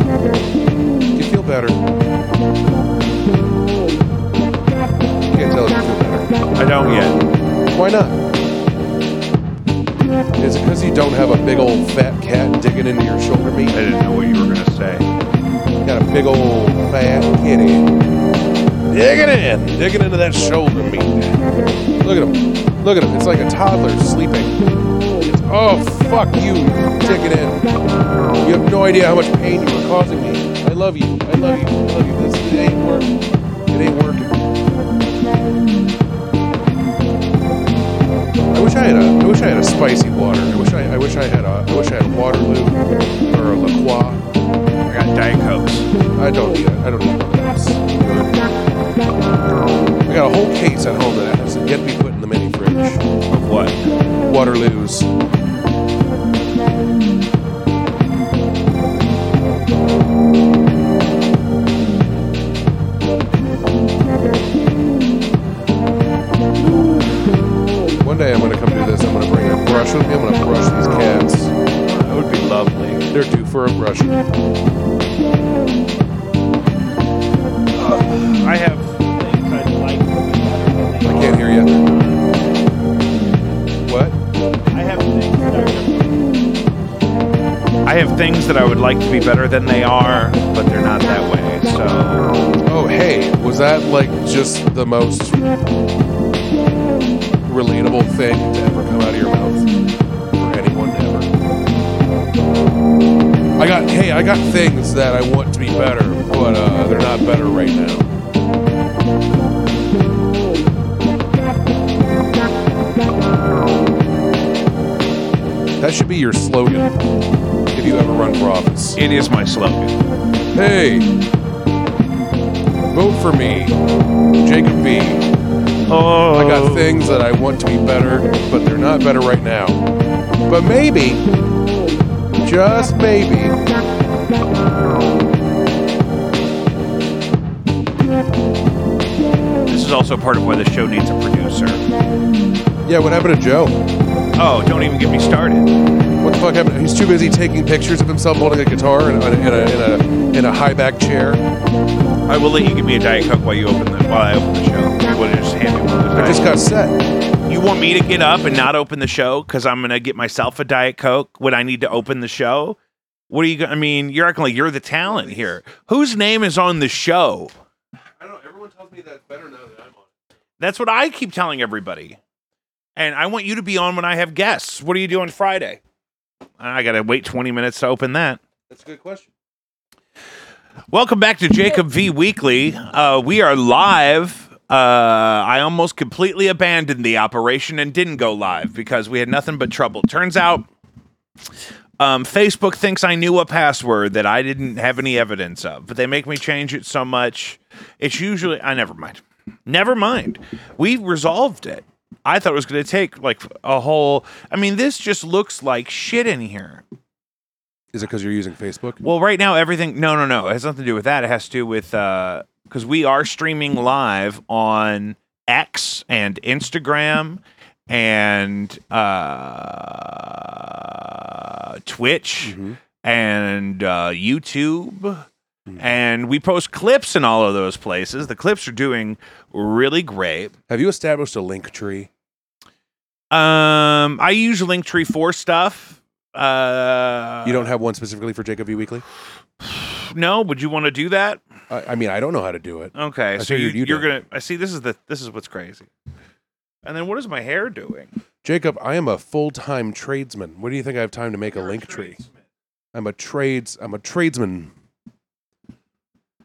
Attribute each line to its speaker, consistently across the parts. Speaker 1: You feel better. You can't tell if you feel better.
Speaker 2: I don't yet.
Speaker 1: Why not? Is it because you don't have a big old fat cat digging into your shoulder
Speaker 2: I
Speaker 1: meat?
Speaker 2: didn't know what you were gonna say.
Speaker 1: You got a big old fat kitty digging in, digging into that shoulder meat. Look at him. Look at him. It's like a toddler sleeping. It's, oh, fuck you, digging in. You have no idea how much pain you were causing me. I love you. I love you. I love you. This it ain't work. It ain't working. I wish I had a. I wish I had a spicy water. I wish I. I wish I had a. I wish I had a Waterloo or a La Croix.
Speaker 2: I got Diet Cokes.
Speaker 1: I don't need it. I don't need it. It's good. I got a whole case at home that has yet to be put in the mini fridge.
Speaker 2: Of what?
Speaker 1: Waterloo's. One day I'm gonna come do this. I'm gonna bring a brush with me. I'm gonna brush these cats.
Speaker 2: That would be lovely.
Speaker 1: They're due for a brushing.
Speaker 2: Uh, I have things I'd like to be better than they
Speaker 1: I
Speaker 2: are.
Speaker 1: can't hear you. What?
Speaker 2: I have things that are. I have things that I would like to be better than they are, but they're not that way. So
Speaker 1: Oh, hey, was that like just the most relatable thing to ever come out of your mouth for anyone ever? I got, hey, I got things that I want to be better, but uh, they're not better right now. That should be your slogan if you ever run for office.
Speaker 2: it is my slogan.
Speaker 1: Hey, vote for me, Jacob B.
Speaker 2: Oh,
Speaker 1: I got things that I want to be better, but they're not better right now. But maybe, just maybe,
Speaker 2: This is also part of why the show needs a producer.
Speaker 1: yeah. What happened to Joe?
Speaker 2: Oh, don't even get me started.
Speaker 1: What the fuck happened? He's too busy taking pictures of himself holding a guitar in a, in a, in a, in a high back chair.
Speaker 2: I will let you give me a diet coke while you open the while I open the show. You want to just hand me one of those
Speaker 1: I just
Speaker 2: Diet
Speaker 1: got set.
Speaker 2: You want me to get up and not open the show because I'm gonna get myself a diet coke when I need to open the show? What are you? gonna I mean, you're acting like you're the talent here. Whose name is on the show?
Speaker 1: I don't know. Everyone tells me that's better now that I'm on.
Speaker 2: That's what I keep telling everybody. And I want you to be on when I have guests. What are you doing Friday? I gotta wait 20 minutes to open that.
Speaker 1: That's a good question.
Speaker 2: Welcome back to Jacob V Weekly. Uh, we are live. Uh, I almost completely abandoned the operation and didn't go live because we had nothing but trouble. Turns out, um, Facebook thinks I knew a password that I didn't have any evidence of, but they make me change it so much. It's usually I never mind. Never mind. We resolved it. I thought it was going to take like a whole. I mean, this just looks like shit in here.
Speaker 1: Is it because you're using Facebook?
Speaker 2: Well, right now everything. No, no, no. It has nothing to do with that. It has to do with because we are streaming live on X and Instagram and uh, Twitch
Speaker 1: Mm-hmm.
Speaker 2: and uh, YouTube.
Speaker 1: Mm-hmm.
Speaker 2: And we post clips in all of those places. The clips are doing really great.
Speaker 1: Have you established a link tree?
Speaker 2: Um, I use Linktree for stuff. Uh,
Speaker 1: You don't have one specifically for Jacob V Weekly?
Speaker 2: no? Would you want to do that?
Speaker 1: I, I mean, I don't know how to do it.
Speaker 2: Okay, so you,
Speaker 1: figured you
Speaker 2: you're
Speaker 1: did.
Speaker 2: gonna. I see. This is the. This is what's crazy. And then what is my hair doing?
Speaker 1: Jacob, I am a full-time tradesman. What do you think I have time to make a link tree? I'm a trades. I'm a tradesman.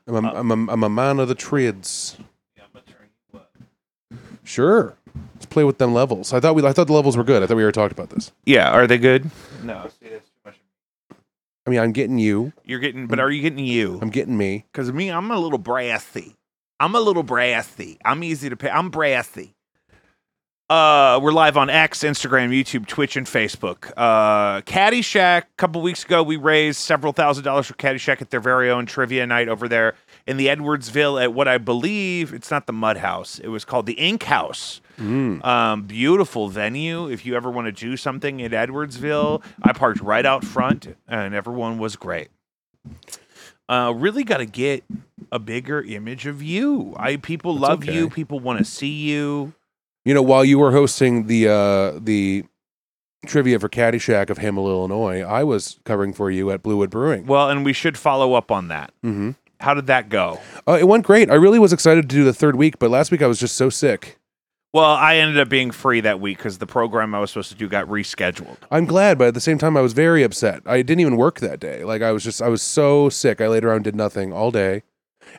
Speaker 1: I'm a, am a, I'm a man of the trades. Sure. Let's play with them levels. I thought we I thought the levels were good. I thought we already talked about this.
Speaker 2: Yeah, are they good? No. See, that's too much.
Speaker 1: I mean, I'm getting you.
Speaker 2: You're getting, but are you getting you?
Speaker 1: I'm getting me.
Speaker 2: Because me, I'm a little brassy. I'm a little brassy. I'm easy to pay. I'm brassy. Uh, we're live on X, Instagram, YouTube, Twitch, and Facebook. Uh, Caddyshack. A couple weeks ago, we raised several thousand dollars for Caddyshack at their very own trivia night over there in the Edwardsville at what I believe it's not the Mud House. It was called the Ink House. Um, beautiful venue. If you ever want to do something in Edwardsville, I parked right out front, and everyone was great. uh, really got to get a bigger image of you. I people love
Speaker 1: okay.
Speaker 2: you. People want to see you.
Speaker 1: You know, while you were hosting the uh, the trivia for Caddyshack of Hamill, Illinois, I was covering for you at Bluewood Brewing.
Speaker 2: Well, and we should follow up on that.
Speaker 1: hmm
Speaker 2: How did that go?
Speaker 1: Uh, it went great. I really was excited to do the third week, but last week I was just so sick.
Speaker 2: Well, I ended up being free that week because the program I was supposed to do got rescheduled.
Speaker 1: I'm glad, but at the same time, I was very upset. I didn't even work that day. Like I was just, I was so sick. I laid around, did nothing all day,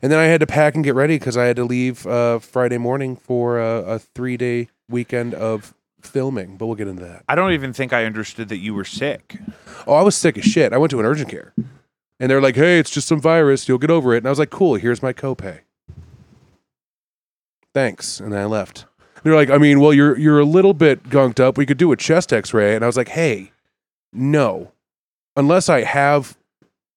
Speaker 1: and then I had to pack and get ready because I had to leave uh, Friday morning for uh, a three day weekend of filming. But we'll get into that.
Speaker 2: I don't even think I understood that you were sick.
Speaker 1: Oh, I was sick as shit. I went to an urgent care, and they're like, "Hey, it's just some virus. You'll get over it." And I was like, "Cool. Here's my copay. Thanks." And I left. They're like, "I mean, well, you're you're a little bit gunked up. We could do a chest X-ray." And I was like, "Hey, no. Unless I have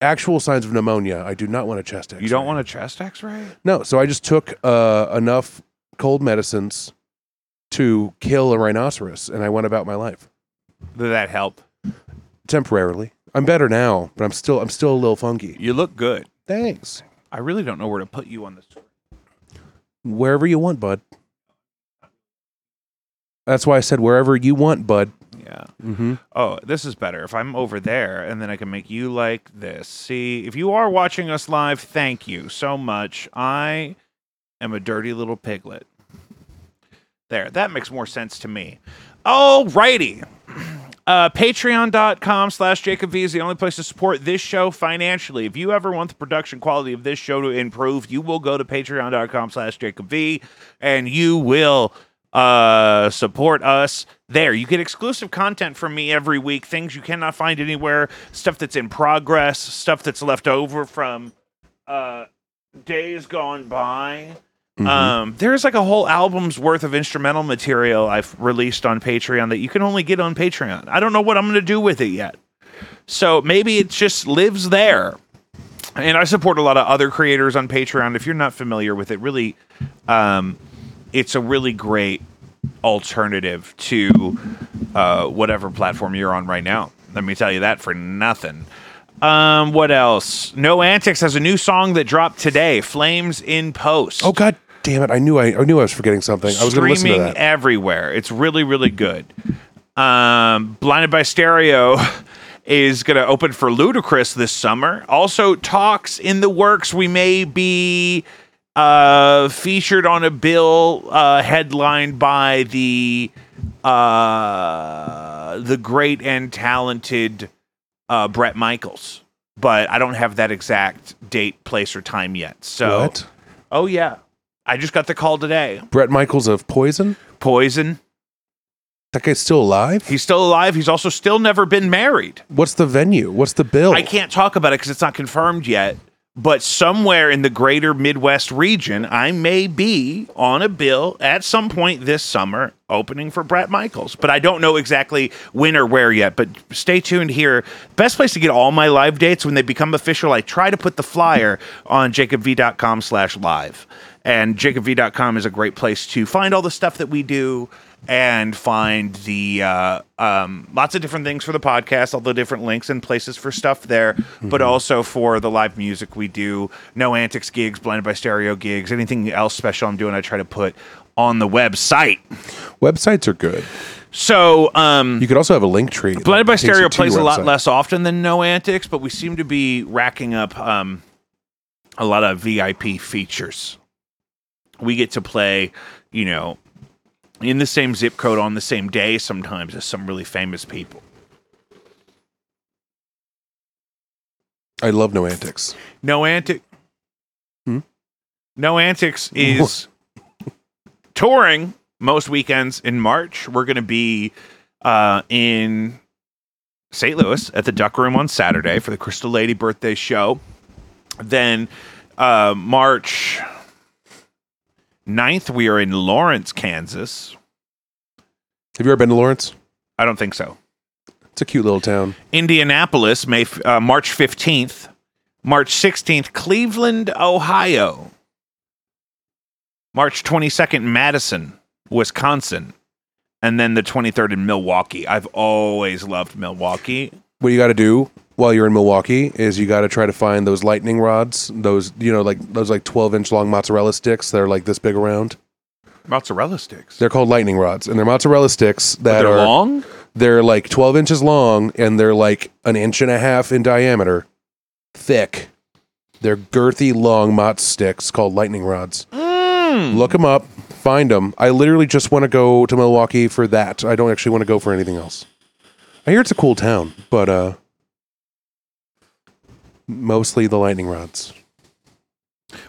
Speaker 1: actual signs of pneumonia, I do not want a chest X-ray.
Speaker 2: You don't want a chest X-ray?
Speaker 1: No. So I just took uh, enough cold medicines to kill a rhinoceros, and I went about my life."
Speaker 2: Did that help?
Speaker 1: temporarily. I'm better now, but I'm still I'm still a little funky.
Speaker 2: You look good.
Speaker 1: Thanks.
Speaker 2: I really don't know where to put you on this.
Speaker 1: Wherever you want, bud. That's why I said wherever you want, bud.
Speaker 2: Yeah.
Speaker 1: Mm-hmm.
Speaker 2: Oh, this is better. If I'm over there and then I can make you like this. See, if you are watching us live, thank you so much. I am a dirty little piglet. There, that makes more sense to me. Alrighty. Uh, Patreon.com slash Jacob V is the only place to support this show financially. If you ever want the production quality of this show to improve, you will go to patreon.com slash Jacob V and you will uh, support us there. You get exclusive content from me every week, things you cannot find anywhere, stuff that's in progress, stuff that's left over from uh, days gone by. Um, there's like a whole album's worth of instrumental material I've released on Patreon that you can only get on Patreon. I don't know what I'm going to do with it yet. So maybe it just lives there. And I support a lot of other creators on Patreon. If you're not familiar with it, really, um, it's a really great alternative to uh, whatever platform you're on right now. Let me tell you that for nothing. Um, what else? No Antics has a new song that dropped today, Flames in Post
Speaker 1: Oh god damn it! I knew I, I knew I was forgetting something. I was going to listen
Speaker 2: streaming
Speaker 1: to that.
Speaker 2: everywhere. It's really, really good. Um, Blinded by Stereo is going to open for Ludacris this summer. Also, talks in the works. We may be uh, featured on a bill uh, headlined by the uh, the great and talented uh, Brett Michaels. But I don't have that exact date, place, or time yet. So,
Speaker 1: What?
Speaker 2: oh yeah, I just got the call today.
Speaker 1: Brett Michaels of Poison.
Speaker 2: Poison.
Speaker 1: That guy's still alive.
Speaker 2: He's still alive. He's also still never been married.
Speaker 1: What's the venue? What's the bill?
Speaker 2: I can't talk about it because it's not confirmed yet. But somewhere in the greater Midwest region, I may be on a bill at some point this summer opening for Brett Michaels. But I don't know exactly when or where yet. But stay tuned here. Best place to get all my live dates when they become official. I try to put the flyer on jacobv.com slash live. And jacobv.com is a great place to find all the stuff that we do and find the uh, um, lots of different things for the podcast, all the different links and places for stuff there, but also for the live music we do, no antics gigs, blended by stereo gigs, anything else special I'm doing, I try to put on the website.
Speaker 1: Websites are good.
Speaker 2: So, um,
Speaker 1: You could also have a link tree.
Speaker 2: Blended
Speaker 1: that
Speaker 2: by
Speaker 1: takes you
Speaker 2: Stereo
Speaker 1: to
Speaker 2: plays
Speaker 1: your
Speaker 2: a lot
Speaker 1: website.
Speaker 2: less often than No Antics, but we seem to be racking up um, a lot of VIP features. We get to play, you know, in the same zip code on the same day sometimes as some really famous people.
Speaker 1: I love no antics.
Speaker 2: No Antic.
Speaker 1: Hmm?
Speaker 2: No Antics is touring most weekends in March. We're going to be uh, in St. Louis at the Duck Room on Saturday for the Crystal Lady birthday show. Then uh, March 9th, we are in Lawrence, Kansas.
Speaker 1: Have you ever been to Lawrence?
Speaker 2: I don't think so.
Speaker 1: It's a cute little town.
Speaker 2: Indianapolis, May f- uh, March 15th. March 16th, Cleveland, Ohio. March 22nd, Madison, Wisconsin. And then the 23rd in Milwaukee. I've always loved Milwaukee.
Speaker 1: What you got to do while you're in Milwaukee is you got to try to find those lightning rods, those you know like those like 12 inch long mozzarella sticks that are like this big around.
Speaker 2: Mozzarella sticks.
Speaker 1: They're called lightning rods, and they're mozzarella sticks that
Speaker 2: They're
Speaker 1: are
Speaker 2: long.
Speaker 1: they're like 12 inches long and they're like an inch and a half in diameter, thick. They're girthy, long mozz sticks called lightning rods.
Speaker 2: Mm.
Speaker 1: Look them up, find them. I literally just want to go to Milwaukee for that. I don't actually want to go for anything else. I hear it's a cool town, but uh, mostly the lightning rods.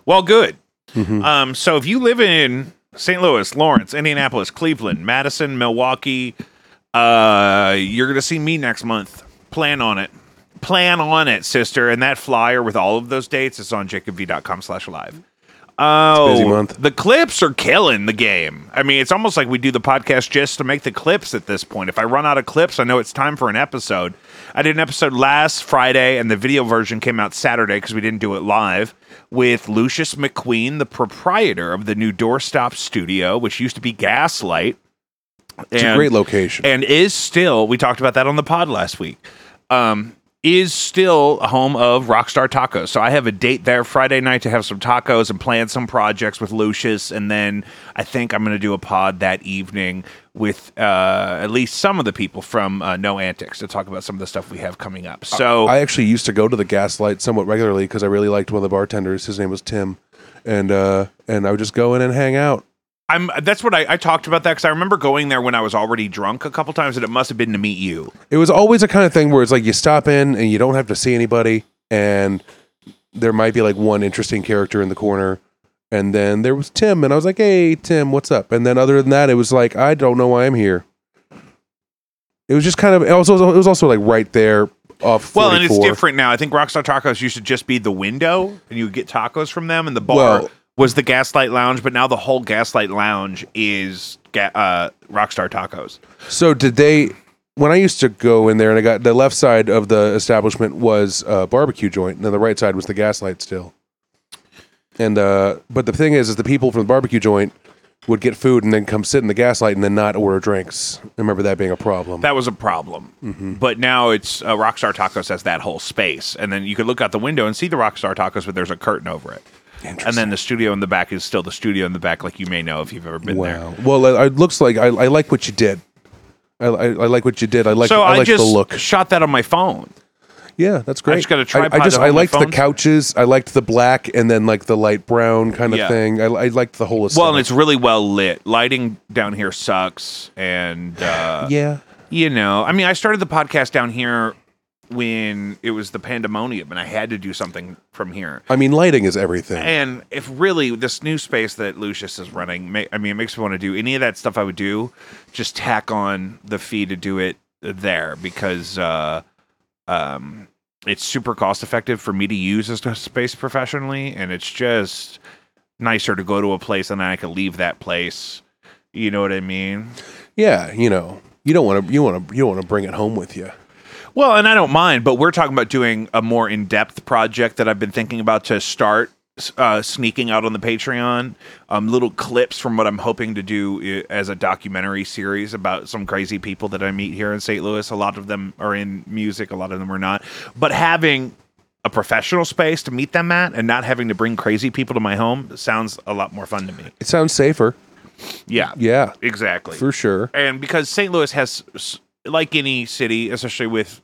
Speaker 2: Well, good.
Speaker 1: Mhm.
Speaker 2: Um, so if you live in St. Louis, Lawrence, Indianapolis, Cleveland, Madison, Milwaukee, uh, you're gonna see me next month. Plan on it. Plan on it, sister. And that flyer with all of those dates is on jacobv.com slash live. Oh,
Speaker 1: busy month.
Speaker 2: the clips are killing the game. I mean, it's almost like we do the podcast just to make the clips at this point. If I run out of clips, I know it's time for an episode. I did an episode last Friday, and the video version came out Saturday because we didn't do it live with Lucius McQueen, the proprietor of the new Doorstop Studio, which used to be Gaslight.
Speaker 1: It's a
Speaker 2: And-
Speaker 1: great location.
Speaker 2: and is still we talked about that on the pod last week um is still a home of rockstar tacos so i have a date there friday night to have some tacos and plan some projects with lucius and then i think i'm going to do a pod that evening with uh at least some of the people from uh, no antics to talk about some of the stuff we have coming up so
Speaker 1: Uh, I actually used to go to the Gaslight somewhat regularly because I really liked one of the bartenders. His name was Tim, and uh, and I would just go in and hang out.
Speaker 2: i'm that's what i, I talked about that because i remember going there when i was already drunk a couple times and it must have been to meet you
Speaker 1: It was always a kind of thing where it's like you stop in and you don't have to see anybody, and there might be like one interesting character in the corner. And then there was Tim, and I was like, "Hey, Tim, what's up?" And then other than that, it was like, "I don't know why I'm here." It was just kind of. It was also, it was also like right there off.
Speaker 2: Well, and it's
Speaker 1: 44.
Speaker 2: different now. I think Rockstar Tacos used to just be the window, and you would get tacos from them, and the bar
Speaker 1: Well-
Speaker 2: was the Gaslight Lounge. But now the whole Gaslight Lounge is ga- uh, Rockstar Tacos.
Speaker 1: So did they? When I used to go in there, and I got the left side of the establishment was a barbecue joint, and then the right side was the gaslight still. And uh, but the thing is, is the people from the barbecue joint would get food and then come sit in the gaslight and then not order drinks. I remember that being a problem.
Speaker 2: That was a problem.
Speaker 1: Mm-hmm.
Speaker 2: But now it's uh, Rockstar Tacos has that whole space, and then you could look out the window and see the Rockstar Tacos, but there's a curtain over it. And then the studio in the back is still the studio in the back, like you may know if you've ever been there.
Speaker 1: wow. Well, it- it looks like I, I like what you did. I, I, I like what you did. I like
Speaker 2: So
Speaker 1: I
Speaker 2: I,
Speaker 1: like
Speaker 2: just
Speaker 1: the look.
Speaker 2: shot that on my phone.
Speaker 1: Yeah, that's great.
Speaker 2: just got a
Speaker 1: I,
Speaker 2: tripod
Speaker 1: I just
Speaker 2: to
Speaker 1: I
Speaker 2: hold my
Speaker 1: liked the
Speaker 2: phone.
Speaker 1: couches. I liked the black and then like the light brown kind of
Speaker 2: Yeah.
Speaker 1: thing. I, I liked the whole.
Speaker 2: Well, and
Speaker 1: aesthetic.
Speaker 2: it's really well lit. Lighting down here sucks, and uh,
Speaker 1: yeah.
Speaker 2: you know, I mean, I started the podcast down here when it was the pandemonium, and I had to do something from here.
Speaker 1: I mean, lighting is everything.
Speaker 2: And if really this new space that Lucius is running, ma- I mean, it makes me want to do any of that stuff I would do, just tack on the fee to do it there because uh, um, it's super cost effective for me to use as a space professionally. And it's just nicer to go to a place and I can leave that place. You know what I mean?
Speaker 1: Yeah, you know, you don't want to, you want to, you want to bring it home with you.
Speaker 2: Well, and I don't mind, but we're talking about doing a more in depth project that I've been thinking about to start uh, sneaking out on the Patreon. Um, little clips from what I'm hoping to do i- as a documentary series about some crazy people that I meet here in St. Louis. A lot of them are in music, a lot of them are not. But having a professional space to meet them at and not having to bring crazy people to my home sounds a lot more fun to me.
Speaker 1: It sounds safer.
Speaker 2: Yeah.
Speaker 1: Yeah,
Speaker 2: Exactly
Speaker 1: for sure.
Speaker 2: and because St. Louis has, s- like any city, especially with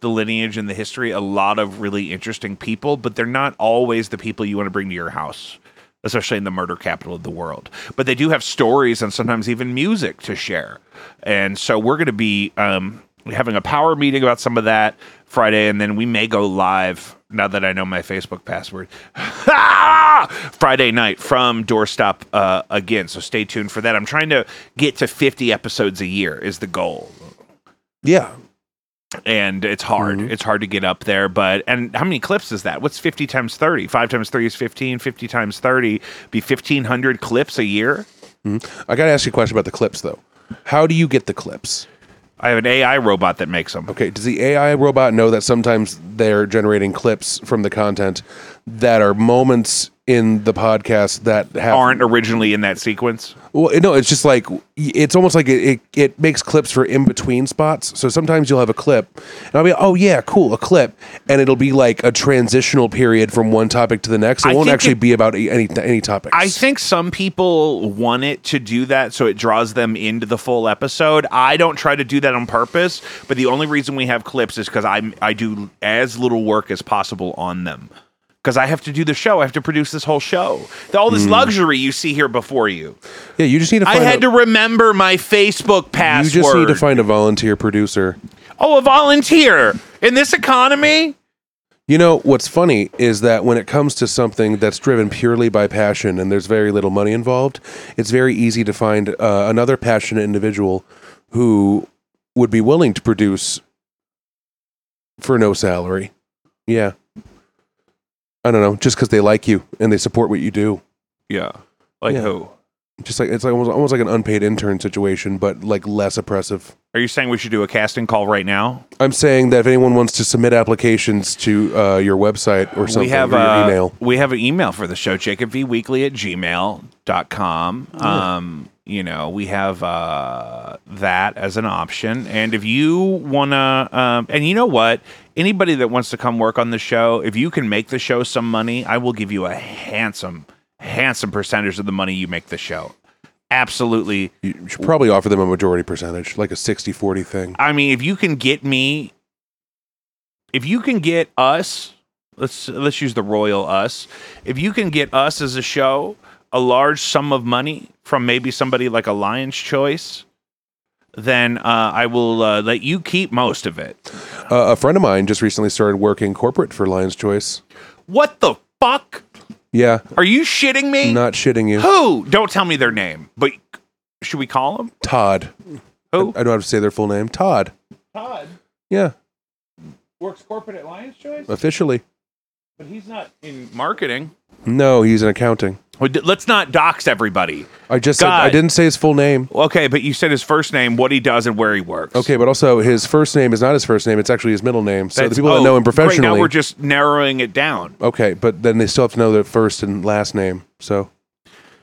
Speaker 2: the lineage and the history, a lot of really interesting people, but they're not always the people you want to bring to your house, especially in the murder capital of the world. But they do have stories and sometimes even music to share. And so we're going to be um, having a power meeting about some of that Friday, and then we may go live. Now that I know my Facebook password, Friday night from Doorstop uh, again. So stay tuned for that. I'm trying to get to 50 episodes a year is the goal
Speaker 1: Yeah,
Speaker 2: and it's hard. It's hard to get up there. But and how many clips is that? What's fifty times thirty? Five times three is fifteen. Fifty times thirty be fifteen hundred clips a year.
Speaker 1: I got to ask you a question about the clips though. How do you get the clips?
Speaker 2: I have an AI robot that makes them.
Speaker 1: Okay, does the AI robot know that sometimes they're generating clips from the content that are moments in the podcast that have
Speaker 2: Aren't originally in that sequence.
Speaker 1: Well, no, it's just like it's almost like it, it, it makes clips for in between spots. So sometimes you'll have a clip, and I'll be, oh yeah, cool, a clip, and it'll be like a transitional period from one topic to the next. It
Speaker 2: I
Speaker 1: won't
Speaker 2: think
Speaker 1: actually
Speaker 2: it-
Speaker 1: be about e, any any topics.
Speaker 2: I think some people want it to do that so it draws them into the full episode. I don't try to do that on purpose, but the only reason we have clips is because I I do as little work as possible on them. Because I have to do the show, I have to produce this whole show. All this luxury you see here before you.
Speaker 1: yeah, you just need to.
Speaker 2: I
Speaker 1: Find
Speaker 2: had
Speaker 1: a,
Speaker 2: to remember my Facebook
Speaker 1: You
Speaker 2: password.
Speaker 1: just need to find a volunteer producer.
Speaker 2: oh, a volunteer in this economy.
Speaker 1: You know what's funny is that when it comes to something that's driven purely by passion and there's very little money involved, it's very easy to find uh, another passionate individual who would be willing to produce for no salary. Yeah. I don't know, just because they like you and they support what you do.
Speaker 2: Yeah, like
Speaker 1: Yeah.
Speaker 2: who?
Speaker 1: Just like it's like almost, almost like an unpaid intern situation, but like less oppressive.
Speaker 2: Are you saying we should do a casting call right now?
Speaker 1: I'm saying that if anyone wants to submit applications to uh, your website or something,
Speaker 2: we have
Speaker 1: or your
Speaker 2: uh,
Speaker 1: email.
Speaker 2: we have an email for the show jacobvweekly at gmail.com um you know we have uh that as an option and if you wanna um and you know what anybody that wants to come work on the show if you can make the show some money i will give you a handsome handsome percentage of the money you make the show absolutely
Speaker 1: You should probably offer them a majority percentage, like a 60 40 thing.
Speaker 2: I mean, if you can get me, if you can get us, let's let's use the royal us. If you can get us as a show a large sum of money from maybe somebody like a Lion's Choice, then uh, I will uh, let you keep most of it.
Speaker 1: Uh, a friend of mine just recently started working corporate for Lion's Choice.
Speaker 2: What the fuck?
Speaker 1: Yeah,
Speaker 2: Are you shitting me?
Speaker 1: not shitting you.
Speaker 2: Who? Don't tell me their name. But should we call them?
Speaker 1: Todd.
Speaker 2: Who?
Speaker 1: I don't have to say their full name. Todd.
Speaker 2: Todd
Speaker 1: Yeah,
Speaker 2: works corporate at Lion's Choice,
Speaker 1: officially.
Speaker 2: but he's not in marketing.
Speaker 1: No, he's in accounting.
Speaker 2: Well, d- Let's not dox everybody.
Speaker 1: I just said, I
Speaker 2: God.
Speaker 1: didn't say his full name.
Speaker 2: Okay, but you said his first name, what he does, and where he works.
Speaker 1: Okay, but also his first name is not his first name. It's actually his middle name. So the people
Speaker 2: oh,
Speaker 1: that know him
Speaker 2: great,
Speaker 1: professionally.
Speaker 2: now we're just narrowing it down.
Speaker 1: okay, but then they still have to know their first and last name. So,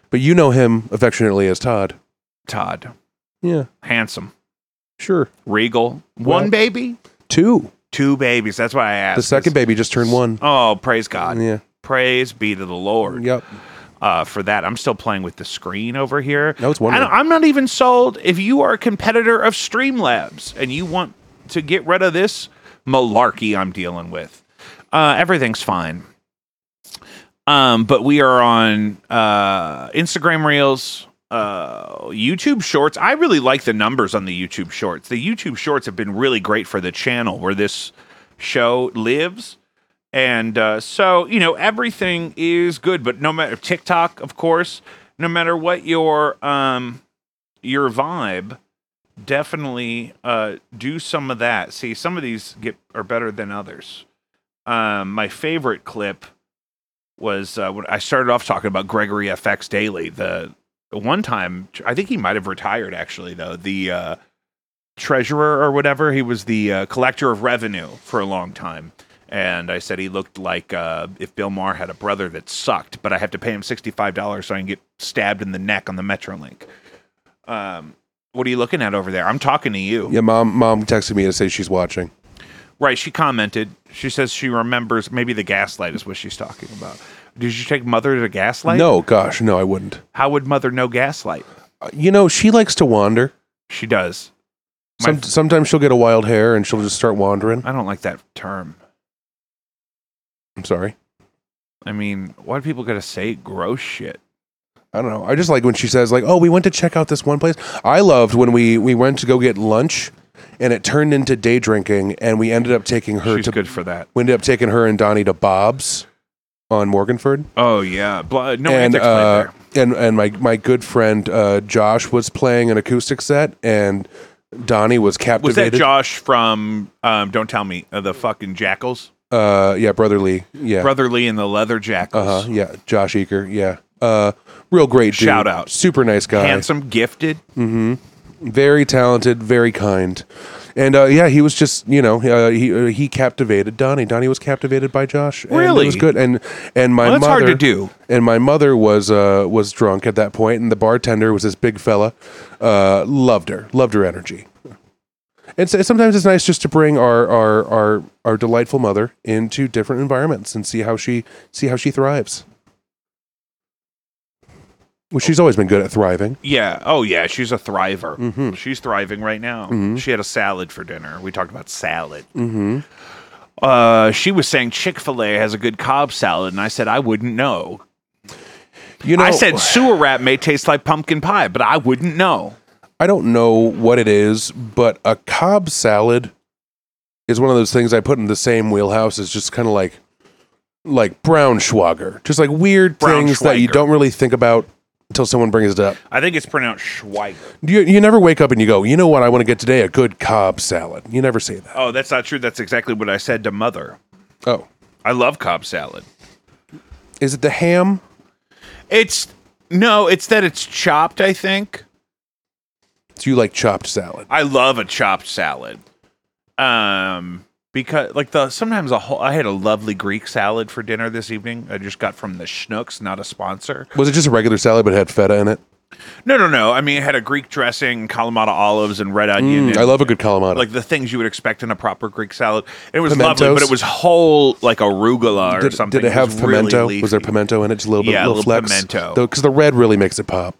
Speaker 1: but you know him affectionately as Todd.
Speaker 2: Todd,
Speaker 1: Yeah,
Speaker 2: handsome,
Speaker 1: sure.
Speaker 2: regal, one baby,
Speaker 1: Two.
Speaker 2: two babies. That's why I asked.
Speaker 1: The second baby just turned one.
Speaker 2: Oh, praise God.
Speaker 1: Yeah.
Speaker 2: Praise be to the Lord
Speaker 1: Yep.
Speaker 2: uh, for that. I'm still playing with the screen over here.
Speaker 1: No, it's
Speaker 2: I
Speaker 1: wonderful.
Speaker 2: don't, I'm not even sold. If you are a competitor of Streamlabs and you want to get rid of this malarkey I'm dealing with, uh, everything's fine. Um, but we are on uh, Instagram Reels, uh, YouTube Shorts. I really like the numbers on the YouTube Shorts. The YouTube Shorts have been really great for the channel where this show lives. And uh, so, you know, everything is good, but no matter TikTok, of course, no matter what your um your vibe, definitely uh do some of that. See, some of these get are better than others. Um my favorite clip was uh, when I started off talking about Gregory FX Daily. The one time, I think he might have retired actually though. The uh treasurer or whatever. He was the uh, collector of revenue for a long time. And I said he looked like uh, if Bill Maher had a brother that sucked, but I have to pay him $65 so I can get stabbed in the neck on the Metrolink. Um, what are you looking at over there? I'm talking to you.
Speaker 1: Yeah, mom. Mom texted me to say she's watching.
Speaker 2: Right, she commented. She says she remembers maybe the gaslight is what she's talking about. Did you take mother to gaslight?
Speaker 1: no, gosh, no, I wouldn't.
Speaker 2: How would mother know gaslight?
Speaker 1: Uh, You know, she likes to wander.
Speaker 2: She does. My
Speaker 1: Some,
Speaker 2: f-
Speaker 1: sometimes she'll get a wild hair and she'll just start wandering.
Speaker 2: I don't like that term.
Speaker 1: I'm sorry.
Speaker 2: I mean, why do people got to say gross shit?
Speaker 1: I don't know. I just like when she says like, "Oh, we went to check out this one place." I loved when we we went to go get lunch, and it turned into day drinking, and we ended up taking her
Speaker 2: She's
Speaker 1: to
Speaker 2: good for that.
Speaker 1: we ended up taking her and Donnie to Bob's on Morganford,
Speaker 2: Oh yeah, Bl- no
Speaker 1: and
Speaker 2: antics played
Speaker 1: uh,
Speaker 2: there.
Speaker 1: and and my my good friend uh, Josh was playing an acoustic set, and Donnie was
Speaker 2: Was
Speaker 1: captivated.
Speaker 2: that Josh from? Um, don't tell me uh, the fucking jackals,
Speaker 1: uh, yeah, brotherly, yeah,
Speaker 2: brother Lee and the leather jackals.
Speaker 1: Uh huh. Yeah. Josh Eaker. Yeah. Uh, real great dude.
Speaker 2: Shout out.
Speaker 1: Super nice guy.
Speaker 2: Handsome, gifted. Mm-hmm.
Speaker 1: very talented, very kind, and uh, yeah, he was just you know uh, he uh, he captivated Donnie. Donnie was captivated by Josh. and
Speaker 2: Really?
Speaker 1: it was good. And and my
Speaker 2: Well, that's
Speaker 1: mother
Speaker 2: hard to do.
Speaker 1: And my mother was uh, was drunk at that point, and the bartender was this big fella. Uh, loved her, loved her energy. And so, sometimes it's nice just to bring our, our our our delightful mother into different environments and see how she see how she thrives. Well, she's always been good at thriving.
Speaker 2: Yeah. Oh, yeah. She's a thriver.
Speaker 1: Mm-hmm.
Speaker 2: She's thriving right now. She had a salad for dinner. We talked about salad. Mm-hmm. Uh, she was saying Chick fil A has a good Cobb salad. And I said, I wouldn't know.
Speaker 1: You know,
Speaker 2: I said, sewer rat may taste like pumpkin pie, but I wouldn't know.
Speaker 1: I don't know what it is, but a cob salad is one of those things I put in the same wheelhouse as just kind of like like brown schwager, just like weird
Speaker 2: Braun
Speaker 1: things that you
Speaker 2: Schweiger.
Speaker 1: don't really think about until someone brings it up.
Speaker 2: I think it's pronounced Schweiger.
Speaker 1: You, you never wake up and you go, you know what I want to get today? A good cob salad. You never say that.
Speaker 2: Oh, that's not true. That's exactly what I said to mother.
Speaker 1: Oh,
Speaker 2: I love Cobb salad.
Speaker 1: is it the ham?
Speaker 2: It's no, it's that it's chopped, I think.
Speaker 1: Do you like chopped salad?
Speaker 2: I love a chopped salad. Um because like the sometimes a whole I had a lovely Greek salad for dinner this evening. I just got from the Schnooks, not a sponsor.
Speaker 1: Was it just a regular salad but it had feta in it?
Speaker 2: No, no, no. I mean it had a Greek dressing, kalamata olives and red onion. and,
Speaker 1: Mm, I love a good calamata.
Speaker 2: Mm. like the things you would expect in a proper Greek salad. It was lovely,
Speaker 1: Pimentos?
Speaker 2: but it was whole like arugula or
Speaker 1: did,
Speaker 2: something.
Speaker 1: did it have
Speaker 2: was really
Speaker 1: pimento?
Speaker 2: leafy.
Speaker 1: was there pimento in it? Just a little bit,
Speaker 2: Yeah, a
Speaker 1: little
Speaker 2: little
Speaker 1: flex.
Speaker 2: pimento.
Speaker 1: Because the red really makes it pop.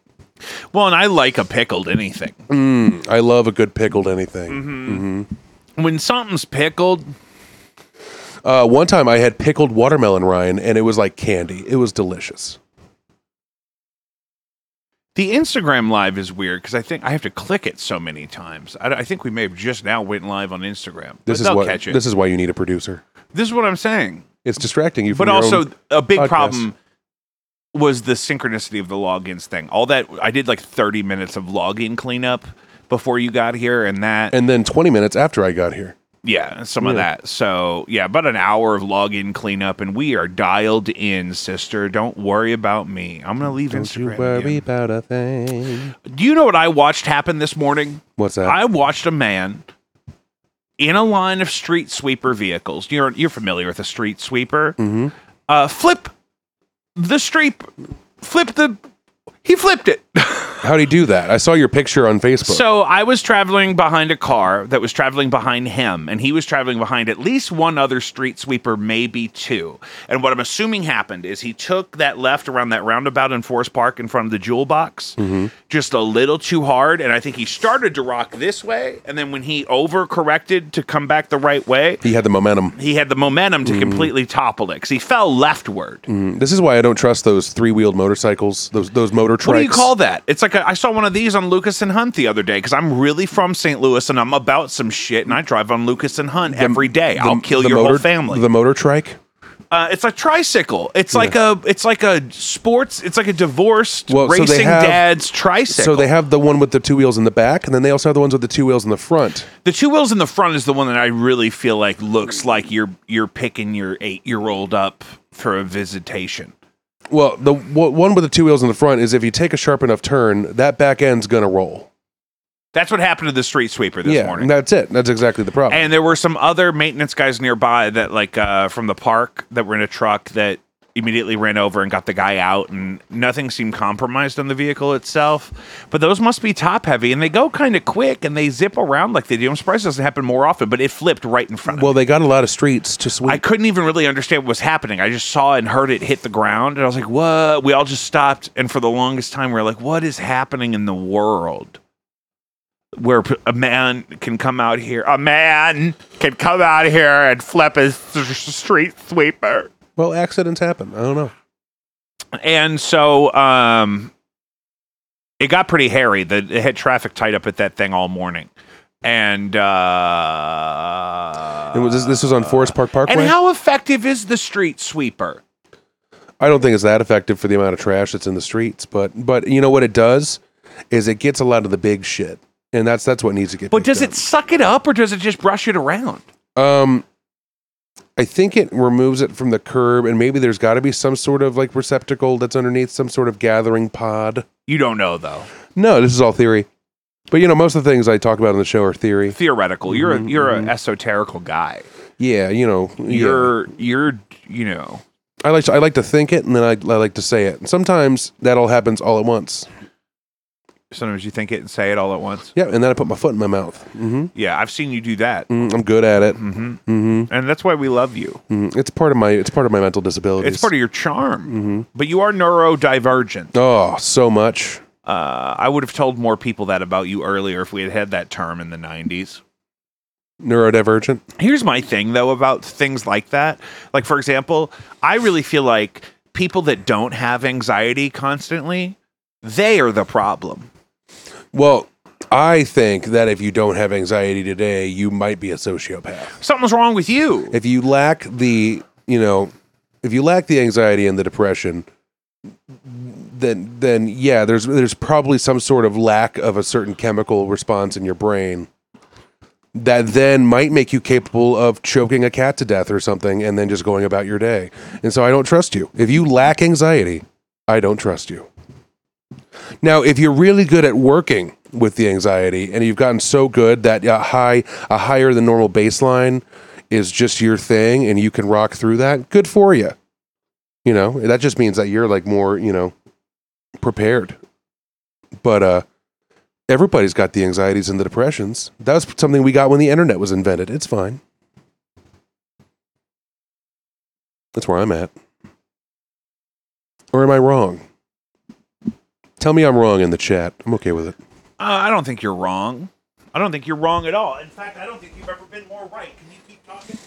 Speaker 2: Well, and I like a pickled anything.
Speaker 1: I love a good pickled anything.
Speaker 2: When something's pickled,
Speaker 1: Uh, one time I had pickled watermelon, Ryan, and it was like candy. It was delicious.
Speaker 2: The Instagram live is weird because I think I have to click it so many times. I, I think we may have just now went live on Instagram. But
Speaker 1: This is
Speaker 2: they'll
Speaker 1: what
Speaker 2: catch it.
Speaker 1: this is why you need a producer.
Speaker 2: This is what I'm saying.
Speaker 1: It's distracting you. From
Speaker 2: But
Speaker 1: your
Speaker 2: also,
Speaker 1: own-
Speaker 2: a big
Speaker 1: podcast.
Speaker 2: problem was the synchronicity of the logins thing. All that I did like 30 minutes of login cleanup before you got here, and that
Speaker 1: and then twenty minutes after I got here,
Speaker 2: yeah, some of that. So yeah, about an hour of login cleanup, and we are dialed in, sister. Don't worry about me. I'm gonna leave
Speaker 1: don't you
Speaker 2: Instagram.
Speaker 1: worry
Speaker 2: again.
Speaker 1: about a thing.
Speaker 2: Do you know what I watched happen this morning?
Speaker 1: What's that?
Speaker 2: I watched a man in a line of street sweeper vehicles. You're you're familiar with a street sweeper. Uh, flip the street, flip the. He flipped it.
Speaker 1: How do you do that? I saw your picture on Facebook.
Speaker 2: so I was traveling behind a car that was traveling behind him, and he was traveling behind at least one other street sweeper, maybe two. And what I'm assuming happened is he took that left around that roundabout in Forest Park in front of the Jewel Box just a little too hard, and I think he started to rock this way, and then when he overcorrected to come back the right way.
Speaker 1: he had the momentum.
Speaker 2: He had the momentum to completely topple it because he fell leftward.
Speaker 1: This is why I don't trust those three wheeled motorcycles. Those those motor trikes.
Speaker 2: What do you call that? It's like a, I saw one of these on Lucas and Hunt the other day because I'm really from St. Louis and I'm about some shit and I drive on Lucas and Hunt every day. I'll kill your
Speaker 1: motor,
Speaker 2: whole family.
Speaker 1: The motor trike.
Speaker 2: uh, it's a tricycle. It's like a it's like a sports. It's like a divorced
Speaker 1: Well, so they
Speaker 2: racing
Speaker 1: have-
Speaker 2: dad's tricycle.
Speaker 1: So they have the one with the two wheels in the back, and then they also have the ones with the two wheels in the front.
Speaker 2: the two wheels in the front is the one that I really feel like looks like you're you're picking your eight year old up for a visitation.
Speaker 1: Well, the w- one with the two wheels in the front is if you take a sharp enough turn, that back end's gonna roll.
Speaker 2: That's what happened to the street sweeper this
Speaker 1: yeah,
Speaker 2: morning.
Speaker 1: that's it. That's exactly the problem.
Speaker 2: and there were some other maintenance guys nearby that like uh from the park that were in a truck that immediately ran over and got the guy out and nothing seemed compromised on the vehicle itself but those must be top heavy and they go kind of quick and they zip around like they do i'm surprised it doesn't happen more often but it flipped right in front of
Speaker 1: well, they got a lot of streets to sweep.
Speaker 2: I couldn't even really understand what was happening. I just saw and heard it hit the ground, and I was like, "What?" We all just stopped, and for the longest time, we were like, "What is happening in the world?" Where p- a man can come out here, a man can come out here and flip his s- s- street sweeper.
Speaker 1: well, accidents happen. I don't know.
Speaker 2: And so, um, it got pretty hairy. The it had traffic tied up at that thing all morning, and uh,
Speaker 1: It was this was on Forest Park Parkway.
Speaker 2: and how effective is the street sweeper?
Speaker 1: I don't think it's that effective for the amount of trash that's in the streets, but but you know what it does is it gets a lot of the big shit, and that's that's what needs to get.
Speaker 2: But
Speaker 1: picked
Speaker 2: does
Speaker 1: up.
Speaker 2: it suck it up or does it just brush it around?
Speaker 1: Um, I think it removes it from the curb, and maybe there's got to be some sort of like receptacle that's underneath some sort of gathering pod.
Speaker 2: You don't know though.
Speaker 1: No, this is all theory. But you know, most of the things I talk about on the show are theory.
Speaker 2: Theoretical. You're a, you're an esoterical guy.
Speaker 1: Yeah, you know, Mm-hmm, yeah.
Speaker 2: You're you're you know
Speaker 1: I like to, I like to think it and then I, I like to say it. And sometimes that all happens all at once.
Speaker 2: sometimes you think it and say it all at once.
Speaker 1: Yeah, and then I put my foot in my mouth. hmm
Speaker 2: Yeah, I've seen you do that,
Speaker 1: Mm, I'm good at it. Mm-hmm. hmm
Speaker 2: and that's why we love you.
Speaker 1: It's part of my it's part of my mental disability.
Speaker 2: It's part of your charm,
Speaker 1: Mm-hmm.
Speaker 2: but you are neurodivergent.
Speaker 1: oh so much.
Speaker 2: Uh, I would have told more people that about you earlier if we had had that term in the '90s.
Speaker 1: Neurodivergent.
Speaker 2: Here's my thing though about things like that. Like for example, I really feel like people that don't have anxiety constantly, they are the problem.
Speaker 1: Well, I think that if you don't have anxiety today, you might be a sociopath.
Speaker 2: Something's wrong with you. Uh,
Speaker 1: If you lack the, you know, if you lack the anxiety and the depression, then then yeah, there's there's probably some sort of lack of a certain chemical response in your brain that then might make you capable of choking a cat to death or something and then just going about your day. And so I don't trust you. If you lack anxiety, I don't trust you. Now, if you're really good at working with the anxiety and you've gotten so good that a high a higher than normal baseline is just your thing and you can rock through that, good for you. You know, that just means that you're like more, you know, prepared. But uh everybody's got the anxieties and the depressions. That was something we got when the internet was invented. It's fine. That's where I'm at. Or am I wrong? Tell me I'm wrong in the chat. I'm okay with it.
Speaker 2: Uh, I don't think you're wrong. I don't think you're wrong at all. In fact, I don't think you've ever been more right. Can you keep talking?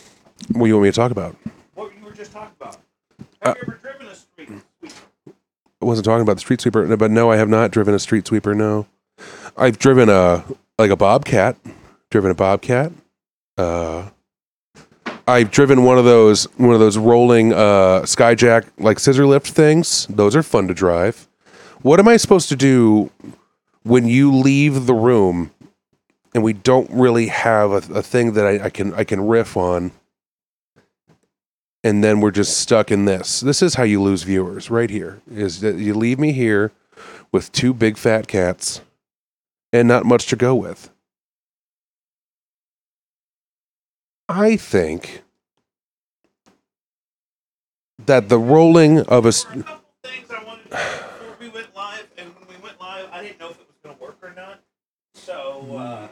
Speaker 1: What do you want me to talk about?
Speaker 2: What you were just talking about? Have you ever driven a street?
Speaker 1: I wasn't talking about the street sweeper, no, but no, I have not driven a street sweeper. No, I've driven a like a bobcat. Driven a bobcat. Uh, I've driven one of those one of those rolling uh, skyjack like scissor lift things. Those are fun to drive. What am I supposed to do when you leave the room and we don't really have a, a thing that I, I can I can riff on? and then we're just stuck in this. This is how you lose viewers right here is that you leave me here with two big fat cats and not much to go with. I think that the rolling of a s-
Speaker 3: a couple things I wanted to do before we went live, and when we went live, I didn't know if it was going to work or not, so uh,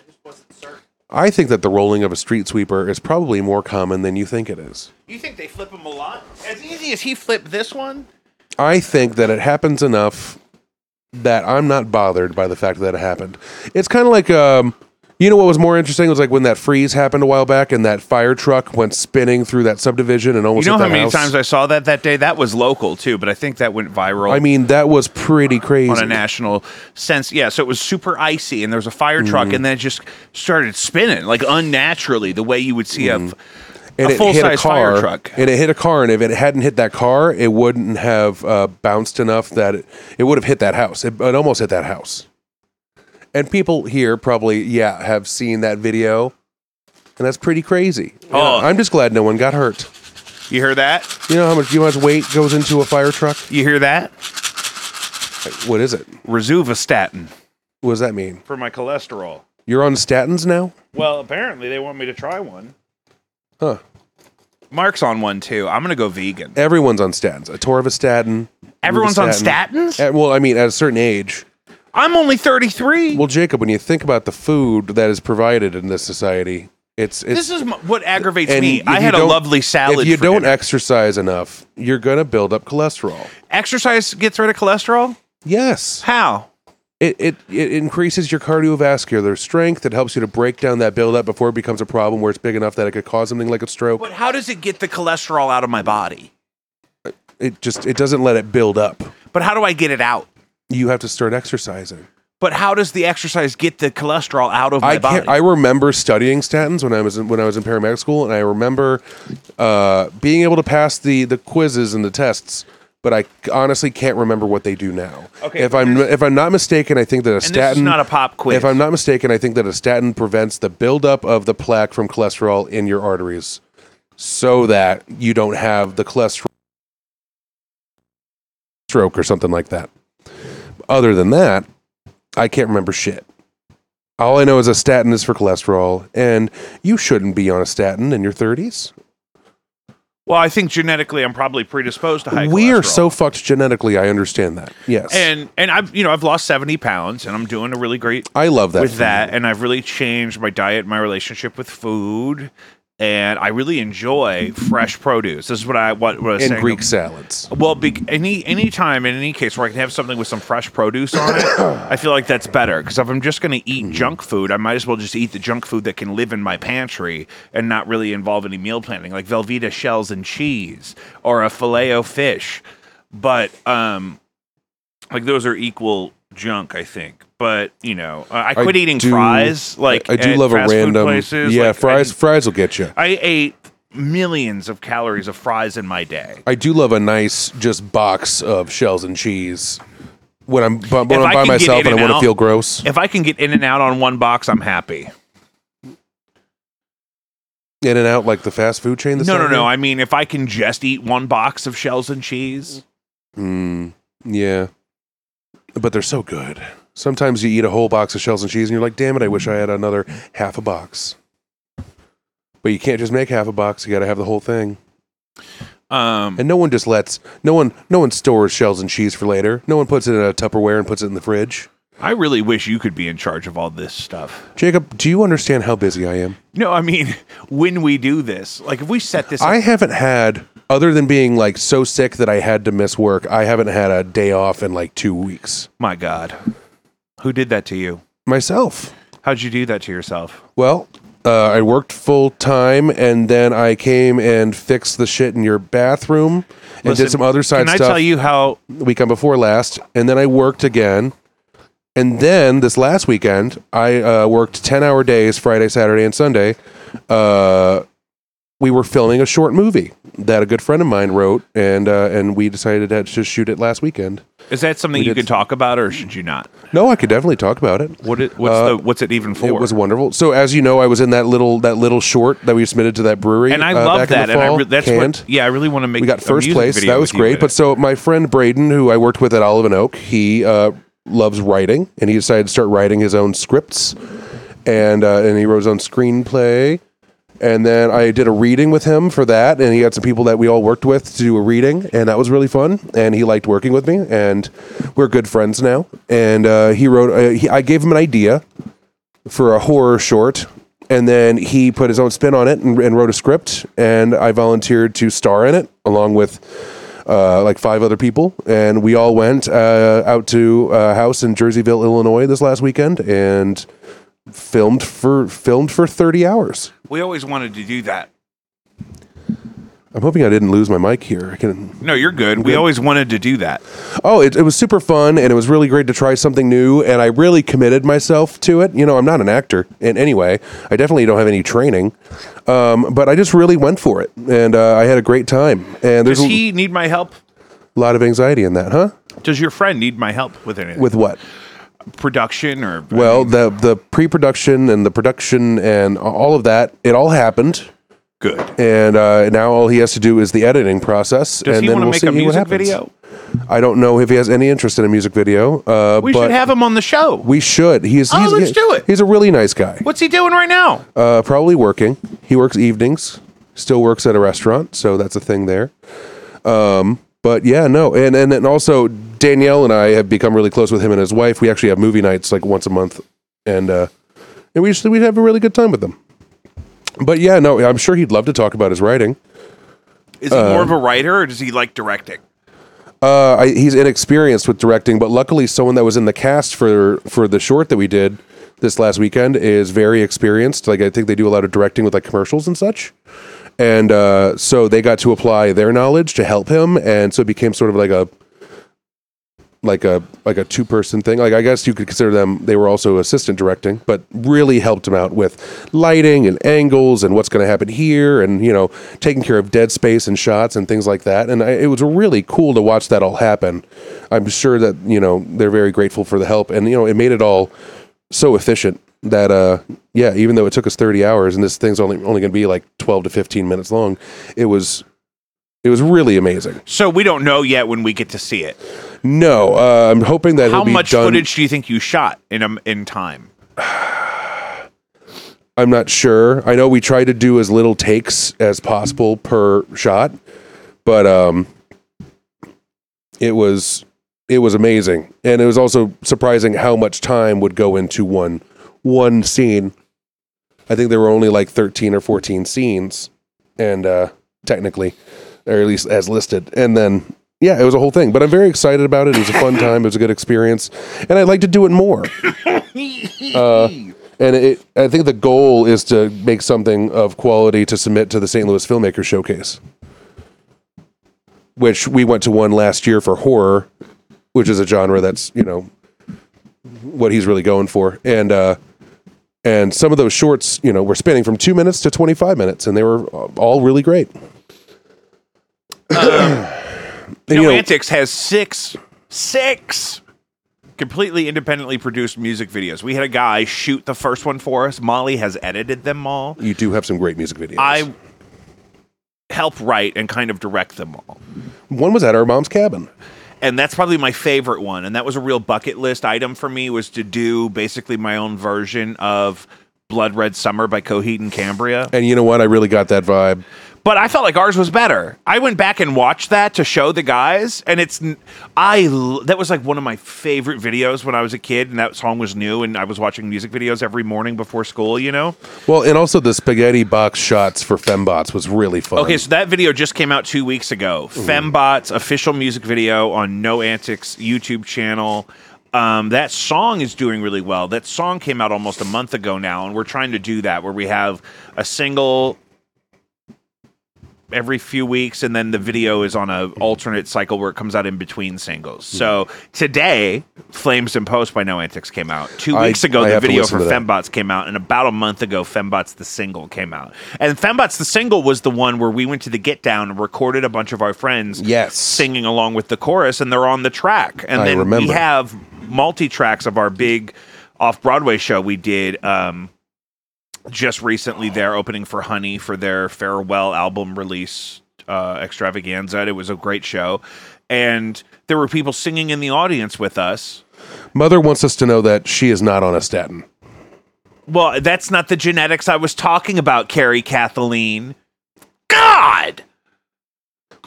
Speaker 3: I just wasn't certain.
Speaker 1: I think that the rolling of a street sweeper is probably more common than you think it is.
Speaker 2: You think they flip them a lot? As easy as he flipped this one?
Speaker 1: I think that it happens enough that I'm not bothered by the fact that it happened. It's kind of like, um, you know, what was more interesting was like when that freeze happened a while back and that fire truck went spinning through that subdivision and
Speaker 2: You
Speaker 1: almost.
Speaker 2: know
Speaker 1: hit
Speaker 2: how
Speaker 1: that
Speaker 2: many
Speaker 1: house.
Speaker 2: times I saw that that day? That was local too, but I think that went viral
Speaker 1: I mean, that was pretty crazy.
Speaker 2: on a national sense. Yeah, so it was super icy, and there was a fire truck,
Speaker 1: Mm-hmm.
Speaker 2: and then it just started spinning like unnaturally, the way you would see
Speaker 1: Mm-hmm.
Speaker 2: a,
Speaker 1: and
Speaker 2: a
Speaker 1: it hit a
Speaker 2: full-size
Speaker 1: car,
Speaker 2: fire truck.
Speaker 1: and it hit a car. And if it hadn't hit that car, it wouldn't have uh, bounced enough that it, it would have hit that house. It, it almost hit that house. And people here probably, yeah, have seen that video, and that's pretty crazy.
Speaker 2: Oh.
Speaker 1: I'm just glad no one got hurt.
Speaker 2: You hear that?
Speaker 1: You know how much you know how much weight goes into a fire truck?
Speaker 2: You hear that?
Speaker 1: What is it?
Speaker 2: Rosuvastatin
Speaker 1: What does that mean?
Speaker 2: for my cholesterol.
Speaker 1: You're on statins now?
Speaker 2: Well, apparently they want me to try one.
Speaker 1: Huh.
Speaker 2: Mark's on one too. I'm gonna go vegan.
Speaker 1: Everyone's on statins. A torvastatin.
Speaker 2: Everyone's on statins.
Speaker 1: At, Eh, well, I mean, at a certain age.
Speaker 2: I'm only 33.
Speaker 1: Well, Jacob, when you think about the food that is provided in this society, it's it's
Speaker 2: this is my, what aggravates
Speaker 1: and
Speaker 2: me.
Speaker 1: if
Speaker 2: I
Speaker 1: you
Speaker 2: had a
Speaker 1: don't-
Speaker 2: lovely salad.
Speaker 1: If you
Speaker 2: for
Speaker 1: don't
Speaker 2: dinner.
Speaker 1: exercise enough, you're gonna build up cholesterol.
Speaker 2: exercise gets rid of cholesterol.
Speaker 1: Yes,
Speaker 2: How?
Speaker 1: it it, it increases your cardiovascular strength. It helps you to break down that buildup before it becomes a problem where it's big enough that it could cause something like a stroke.
Speaker 2: But how does it get the cholesterol out of my body?
Speaker 1: It just it doesn't let it build up.
Speaker 2: But how do I get it out?
Speaker 1: You have to start exercising.
Speaker 2: But how does the exercise get the cholesterol out of my
Speaker 1: I
Speaker 2: body?
Speaker 1: can't. I remember studying statins when I was in, when I was in paramedic school, and I remember uh, being able to pass the the quizzes and the tests. But I honestly can't remember what they do now.
Speaker 2: Okay,
Speaker 1: if
Speaker 2: but
Speaker 1: I'm if I'm not mistaken, I think that a
Speaker 2: is
Speaker 1: statin
Speaker 2: not a pop quiz.
Speaker 1: If I'm not mistaken, I think that a statin prevents the buildup of the plaque from cholesterol in your arteries, so that you don't have the cholesterol stroke or something like that. Other than that, I can't remember shit. All I know is a statin is for cholesterol, and you shouldn't be on a statin in your 30s.
Speaker 2: Well, I think genetically, I'm probably predisposed to high.
Speaker 1: We are
Speaker 2: cholesterol.
Speaker 1: so fucked genetically. I understand that. Yes,
Speaker 2: and and I've you know I've lost seventy pounds, and I'm doing a really great
Speaker 1: I love that.
Speaker 2: with
Speaker 1: for
Speaker 2: that,
Speaker 1: you.
Speaker 2: and I've really changed my diet, my relationship with food, and I really enjoy fresh produce. This is what I what, what I was
Speaker 1: and
Speaker 2: saying.
Speaker 1: Greek salads.
Speaker 2: Well, be, any any time in any case where I can have something with some fresh produce on it, I feel like that's better. Because if I'm just going to eat junk food, I might as well just eat the junk food that can live in my pantry and not really involve any meal planning, like Velveeta shells and cheese or a filet o fish. But um, like those are equal junk, I think. But you know, I, I quit eating
Speaker 1: do-
Speaker 2: fries. Like
Speaker 1: I do
Speaker 2: at
Speaker 1: love a
Speaker 2: fast food
Speaker 1: random.
Speaker 2: places.
Speaker 1: yeah,
Speaker 2: Like, I-
Speaker 1: fries. fries will get you.
Speaker 2: I ate millions of calories of fries in my day.
Speaker 1: I do love a nice just box of shells and cheese when I'm bu-
Speaker 2: If
Speaker 1: when I'm
Speaker 2: I
Speaker 1: by
Speaker 2: can get
Speaker 1: myself and I want to
Speaker 2: In-N-Out-
Speaker 1: feel gross.
Speaker 2: If I can get in and out on one box, I'm happy.
Speaker 1: In and out like the fast food chain. that's
Speaker 2: no, no,
Speaker 1: out
Speaker 2: no. I mean, if I can just eat one box of shells and cheese,
Speaker 1: there? Mm, yeah, but they're so good. Sometimes you eat a whole box of shells and cheese and you're like, damn it, I wish I had another half a box. But you can't just make half a box. You got to have the whole thing.
Speaker 2: um,
Speaker 1: And no one just lets no one no one stores shells and cheese for later. No one puts it in a Tupperware and puts it in the fridge.
Speaker 2: I really wish you could be in charge of all this stuff.
Speaker 1: Jacob, do you understand how busy I am?
Speaker 2: No, I mean, when we do this, like if we set this,
Speaker 1: I haven't had other than being like so sick that I had to miss work. I haven't had a day off in like 2 weeks
Speaker 2: my God, who did that to you?
Speaker 1: myself.
Speaker 2: How'd you do that to yourself?
Speaker 1: Well, uh, I worked full time and then I came and fixed the shit in your bathroom and
Speaker 2: Listen,
Speaker 1: did some other side
Speaker 2: Can I
Speaker 1: stuff
Speaker 2: tell you how?
Speaker 1: the weekend before last and then I worked again. And then this last weekend, I uh, worked 10 hour days Friday, Saturday, and Sunday. Uh, we were filming a short movie that a good friend of mine wrote, and uh, and we decided to just shoot it last weekend.
Speaker 2: Is that something
Speaker 1: We
Speaker 2: you
Speaker 1: did-
Speaker 2: can talk about, or should you not?
Speaker 1: No, I could definitely talk about it.
Speaker 2: What it, what's the what's it even for?
Speaker 1: Uh, It was wonderful. So as you know, I was in that little that little short that we submitted to that brewery,
Speaker 2: and I
Speaker 1: uh,
Speaker 2: love
Speaker 1: back in the
Speaker 2: that, and I
Speaker 1: fall,
Speaker 2: re- that's
Speaker 1: canned.
Speaker 2: what. Yeah, I really want to make.
Speaker 1: we got
Speaker 2: a
Speaker 1: first
Speaker 2: music
Speaker 1: place.
Speaker 2: video
Speaker 1: That
Speaker 2: with
Speaker 1: was
Speaker 2: you
Speaker 1: great.
Speaker 2: with
Speaker 1: But so my friend Braden, who I worked with at Olive and Oak, he uh, loves writing, and he decided to start writing his own scripts, and uh, and he wrote his own screenplay. And then I did a reading with him for that, and he had some people that we all worked with to do a reading, and that was really fun. And he liked working with me, and we're good friends now. And uh, he wrote, uh, he, I gave him an idea for a horror short, and then he put his own spin on it and, and wrote a script, and I volunteered to star in it along with uh, like five other people, and we all went uh, out to a house in Jerseyville, Illinois, this last weekend, and filmed for filmed for thirty hours.
Speaker 2: We always wanted to do that.
Speaker 1: I'm hoping I didn't lose my mic here. I can.
Speaker 2: No, you're good. We always wanted to do that.
Speaker 1: Oh, it, it was super fun, and it was really great to try something new, and I really committed myself to it. You know, I'm not an actor in any way. I definitely don't have any training, um, but I just really went for it, and uh, I had a great time. And there's
Speaker 2: Does
Speaker 1: a
Speaker 2: he need my help?
Speaker 1: lot of anxiety in that, huh?
Speaker 2: Does your friend need my help with anything?
Speaker 1: With what?
Speaker 2: production or
Speaker 1: Well, the the pre-production and the production and all of that, it all happened,
Speaker 2: good.
Speaker 1: and uh, now all he has to do is the editing process,
Speaker 2: Does
Speaker 1: and
Speaker 2: he
Speaker 1: then
Speaker 2: want to
Speaker 1: we'll
Speaker 2: make
Speaker 1: see
Speaker 2: a
Speaker 1: what happens.
Speaker 2: music video?
Speaker 1: I don't know if he has any interest in a music video. Uh,
Speaker 2: We
Speaker 1: but
Speaker 2: should have him on the show.
Speaker 1: We should. He's,
Speaker 2: Oh,
Speaker 1: he's
Speaker 2: let's do it.
Speaker 1: He's a really nice guy.
Speaker 2: What's he doing right now?
Speaker 1: Uh, probably working. He works evenings. Still works at a restaurant, so that's a thing there. Um, but yeah, no, and, and and also Danielle and I have become really close with him and his wife. We actually have movie nights like once a month, and uh, and we usually we have a really good time with them. But yeah, no, I'm sure he'd love to talk about his writing.
Speaker 2: Is he more of
Speaker 1: um,
Speaker 2: a writer or does he like directing?
Speaker 1: Uh, I, he's inexperienced with directing, but luckily, someone that was in the cast for for the short that we did this last weekend is very experienced. Like I think they do a lot of directing with like commercials and such, and uh, so they got to apply their knowledge to help him, and so it became sort of like a like a like a two person thing. Like I guess you could consider them they were also assistant directing, but really helped him out with lighting and angles and what's going to happen here and you know taking care of dead space and shots and things like that. And I, it was really cool to watch that all happen. I'm sure that you know they're very grateful for the help and you know it made it all so efficient that uh yeah even though it took us 30 hours and this thing's only only going to be like 12 to 15 minutes long it was it was really amazing
Speaker 2: So we don't know yet when we get to see it.
Speaker 1: No, uh, I'm hoping that
Speaker 2: How
Speaker 1: it'll be
Speaker 2: much
Speaker 1: done.
Speaker 2: footage do you think you shot in um, in time?
Speaker 1: I'm not sure. I know we try to do as little takes as possible per shot, but um, it was it was amazing, and it was also surprising how much time would go into one one scene. I think there were only like 13 or 14 scenes, and uh, technically, or at least as listed, and then. Yeah, it was a whole thing, but I'm very excited about it. It was a fun time. It was a good experience, and I'd like to do it more and it, I think the goal is to make something of quality to submit to the St. Louis Filmmaker Showcase, which we went to one last year for horror, which is a genre that's you know what he's really going for, and uh, and some of those shorts you know were spanning from two minutes to twenty five minutes, and they were all really great. And,
Speaker 2: No
Speaker 1: you know,
Speaker 2: Antics has six, six completely independently produced music videos. We had a guy shoot the first one for us. Molly has edited them all.
Speaker 1: you do have some great music videos.
Speaker 2: I help write and kind of direct them all.
Speaker 1: one was at our mom's cabin.
Speaker 2: And that's probably my favorite one. And that was a real bucket list item for me was to do basically my own version of Blood Red Summer by Coheed and Cambria.
Speaker 1: And you know what? I really got that vibe.
Speaker 2: But I felt like ours was better. I went back and watched that to show the guys, and it's n- I l- that was like one of my favorite videos when I was a kid, and that song was new, and I was watching music videos every morning before school. You know.
Speaker 1: Well, and also the spaghetti box shots for Fembots was really fun.
Speaker 2: Okay, so that video just came out two weeks ago. Fembot's official music video on No Antics YouTube channel. Um, that song is doing really well. That song came out almost a month ago now, and we're trying to do that where we have a single every few weeks, and then the video is on a alternate cycle where it comes out in between singles.
Speaker 1: Hmm.
Speaker 2: So today, Flames and Post by No Antics came out. Two
Speaker 1: I-
Speaker 2: weeks ago,
Speaker 1: I
Speaker 2: the
Speaker 1: have to
Speaker 2: video
Speaker 1: listen
Speaker 2: for
Speaker 1: to that.
Speaker 2: Fembot. Fembots came out, and about a month ago, Fembots the single came out. And Fembots the single was the one where we went to the get down and recorded a bunch of our friends
Speaker 1: Yes.
Speaker 2: singing along with the chorus, and they're on the track. And
Speaker 1: I
Speaker 2: then
Speaker 1: remember.
Speaker 2: we have multi tracks of our big off Broadway show we did. Um, just recently, they're opening for Honey for their farewell album release uh, extravaganza. and It was a great show, and there were people singing in the audience with us.
Speaker 1: Mother wants us to know that she is not on a statin.
Speaker 2: Well, that's not the genetics I was talking about, Carrie Kathleen. God!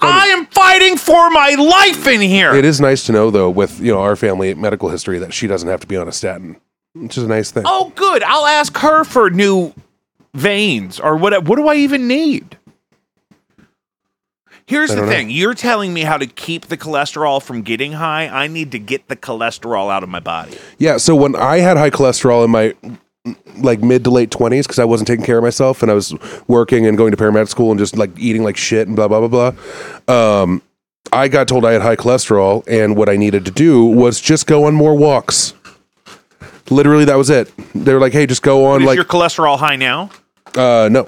Speaker 2: I am fighting for my life in here.
Speaker 1: It is nice to know, though, with you know our family medical history, that she doesn't have to be on a statin, which is a nice thing.
Speaker 2: oh, good. I'll ask her for new veins or what. What do I even need? Here's the
Speaker 1: don't know.
Speaker 2: thing: you're telling me how to keep the cholesterol from getting high. I need to get the cholesterol out of my body.
Speaker 1: Yeah. So when I had high cholesterol in my like mid to late twenties, because I wasn't taking care of myself and I was working and going to paramedic school and just like eating like shit and blah blah blah blah, um, I got told I had high cholesterol, and what I needed to do was just go on more walks. Literally, that was it. They were like, "Hey, just go on."
Speaker 2: Is
Speaker 1: Like,
Speaker 2: your cholesterol high now?
Speaker 1: uh, no.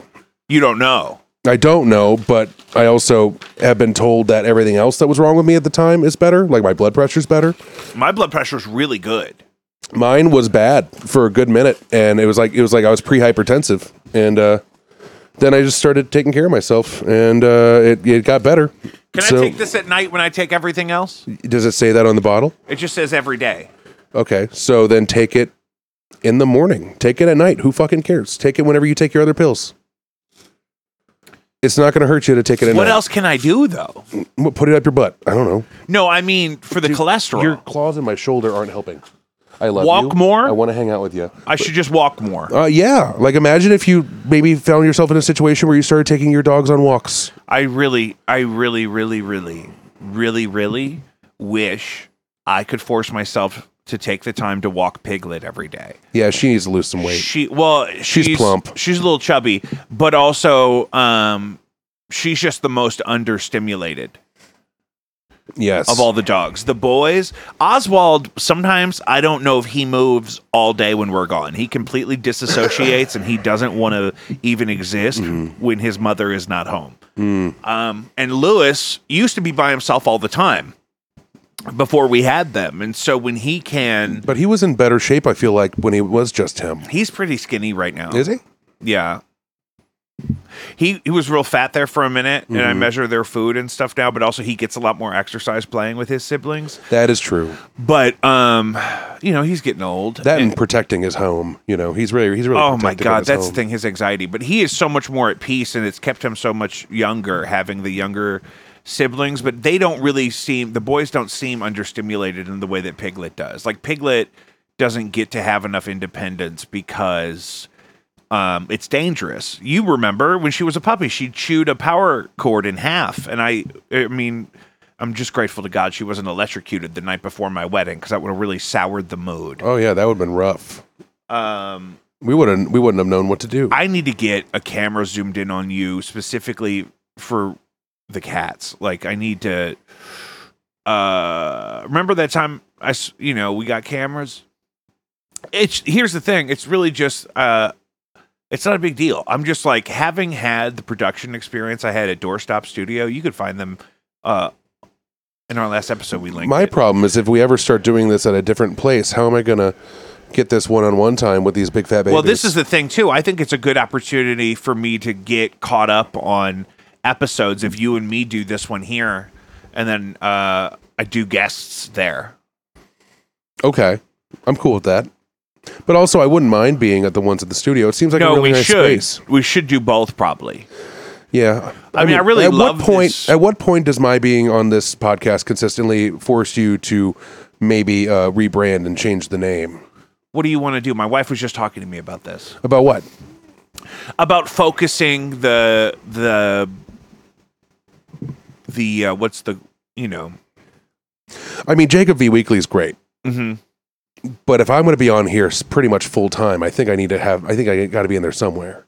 Speaker 2: You don't know.
Speaker 1: I don't know, but I also have been told that everything else that was wrong with me at the time is better. Like my blood pressure's better.
Speaker 2: My blood pressure is really good.
Speaker 1: Mine was bad for a good minute, and it was like it was like I was pre-hypertensive, and uh, then I just started taking care of myself, and uh, it it got better.
Speaker 2: Can
Speaker 1: So-
Speaker 2: I take this at night when I take everything else?
Speaker 1: Does it say that on the bottle?
Speaker 2: It just says every day.
Speaker 1: Okay, so then take it in the morning. Take it at night. Who fucking cares? Take it whenever you take your other pills. It's not going to hurt you to take it. At
Speaker 2: What
Speaker 1: night.
Speaker 2: else can I do though?
Speaker 1: Put it up your butt. I don't know.
Speaker 2: No, I mean for the cholesterol.
Speaker 1: Your claws in my shoulder aren't helping. I love
Speaker 2: Walk
Speaker 1: you.
Speaker 2: more?
Speaker 1: I want to hang out with you.
Speaker 2: I should just walk more.
Speaker 1: Uh, yeah, like imagine if you maybe found yourself in a situation where you started taking your dogs on walks.
Speaker 2: I really, I really, really, really, really, really wish I could force myself to take the time to walk Piglet every day.
Speaker 1: Yeah, she needs to lose some weight.
Speaker 2: She well, she's,
Speaker 1: plump.
Speaker 2: She's a little chubby, but also um, she's just the most understimulated.
Speaker 1: Yes,
Speaker 2: of all the dogs. The boys, Oswald, sometimes I don't know if he moves all day when we're gone. He completely disassociates and he doesn't want to even exist
Speaker 1: Mm-hmm.
Speaker 2: when his mother is not home.
Speaker 1: Mm.
Speaker 2: Um, and Lewis used to be by himself all the time before we had them. And so when he can,
Speaker 1: but he was in better shape. I feel like when he was just him.
Speaker 2: Oh. he's pretty skinny right now.
Speaker 1: Is he?
Speaker 2: Yeah. He he was real fat there for a minute, and
Speaker 1: Mm-hmm.
Speaker 2: I measure their food and stuff now. But also, he gets a lot more exercise playing with his siblings.
Speaker 1: That is true.
Speaker 2: But um, you know, he's getting old.
Speaker 1: That and
Speaker 2: and-
Speaker 1: protecting his home. You know, he's really he's really.
Speaker 2: oh my
Speaker 1: protective of
Speaker 2: god,
Speaker 1: his
Speaker 2: that's
Speaker 1: home.
Speaker 2: the thing. His anxiety, but he is so much more at peace, and it's kept him so much younger having the younger siblings. But they don't really seem the boys don't seem understimulated in the way that Piglet does. Like Piglet doesn't get to have enough independence because um, it's dangerous. You remember when she was a puppy, she chewed a power cord in half, and I, I mean, I'm just grateful to God she wasn't electrocuted the night before my wedding because that would have really soured the mood.
Speaker 1: Oh yeah, that would have been rough.
Speaker 2: Um,
Speaker 1: We wouldn't we wouldn't have known what to do.
Speaker 2: I need to get a camera zoomed in on you specifically for the cats. Like I need to uh remember that time I s- you know, we got cameras. It's here's the thing. It's really just uh it's not a big deal. I'm just like having had the production experience I had at Doorstop Studio, you could find them uh in our last episode we linked
Speaker 1: my
Speaker 2: it.
Speaker 1: problem is if we ever start doing this at a different place, how am I gonna get this one on one time with these big fat babies?
Speaker 2: Well, this is the thing too. I think it's a good opportunity for me to get caught up on episodes if you and me do this one here, and then uh, I do guests there.
Speaker 1: okay. I'm cool with that. But also, I wouldn't mind being at the ones at the studio. It seems like a
Speaker 2: No,
Speaker 1: really
Speaker 2: we
Speaker 1: nice
Speaker 2: should.
Speaker 1: space.
Speaker 2: We should do both probably.
Speaker 1: Yeah,
Speaker 2: I mean, I really
Speaker 1: At
Speaker 2: love
Speaker 1: what point?
Speaker 2: this.
Speaker 1: At what point does my being on this podcast consistently force you to maybe uh, rebrand and change the name?
Speaker 2: What do you want to do? My wife was just talking to me about this
Speaker 1: About what?
Speaker 2: about focusing the the the uh, what's the you know
Speaker 1: I mean, Jacob V Weekly is great.
Speaker 2: mm-hmm.
Speaker 1: But if I'm going to be on here s- pretty much full time, I think I need to have. I think I got to be in there somewhere.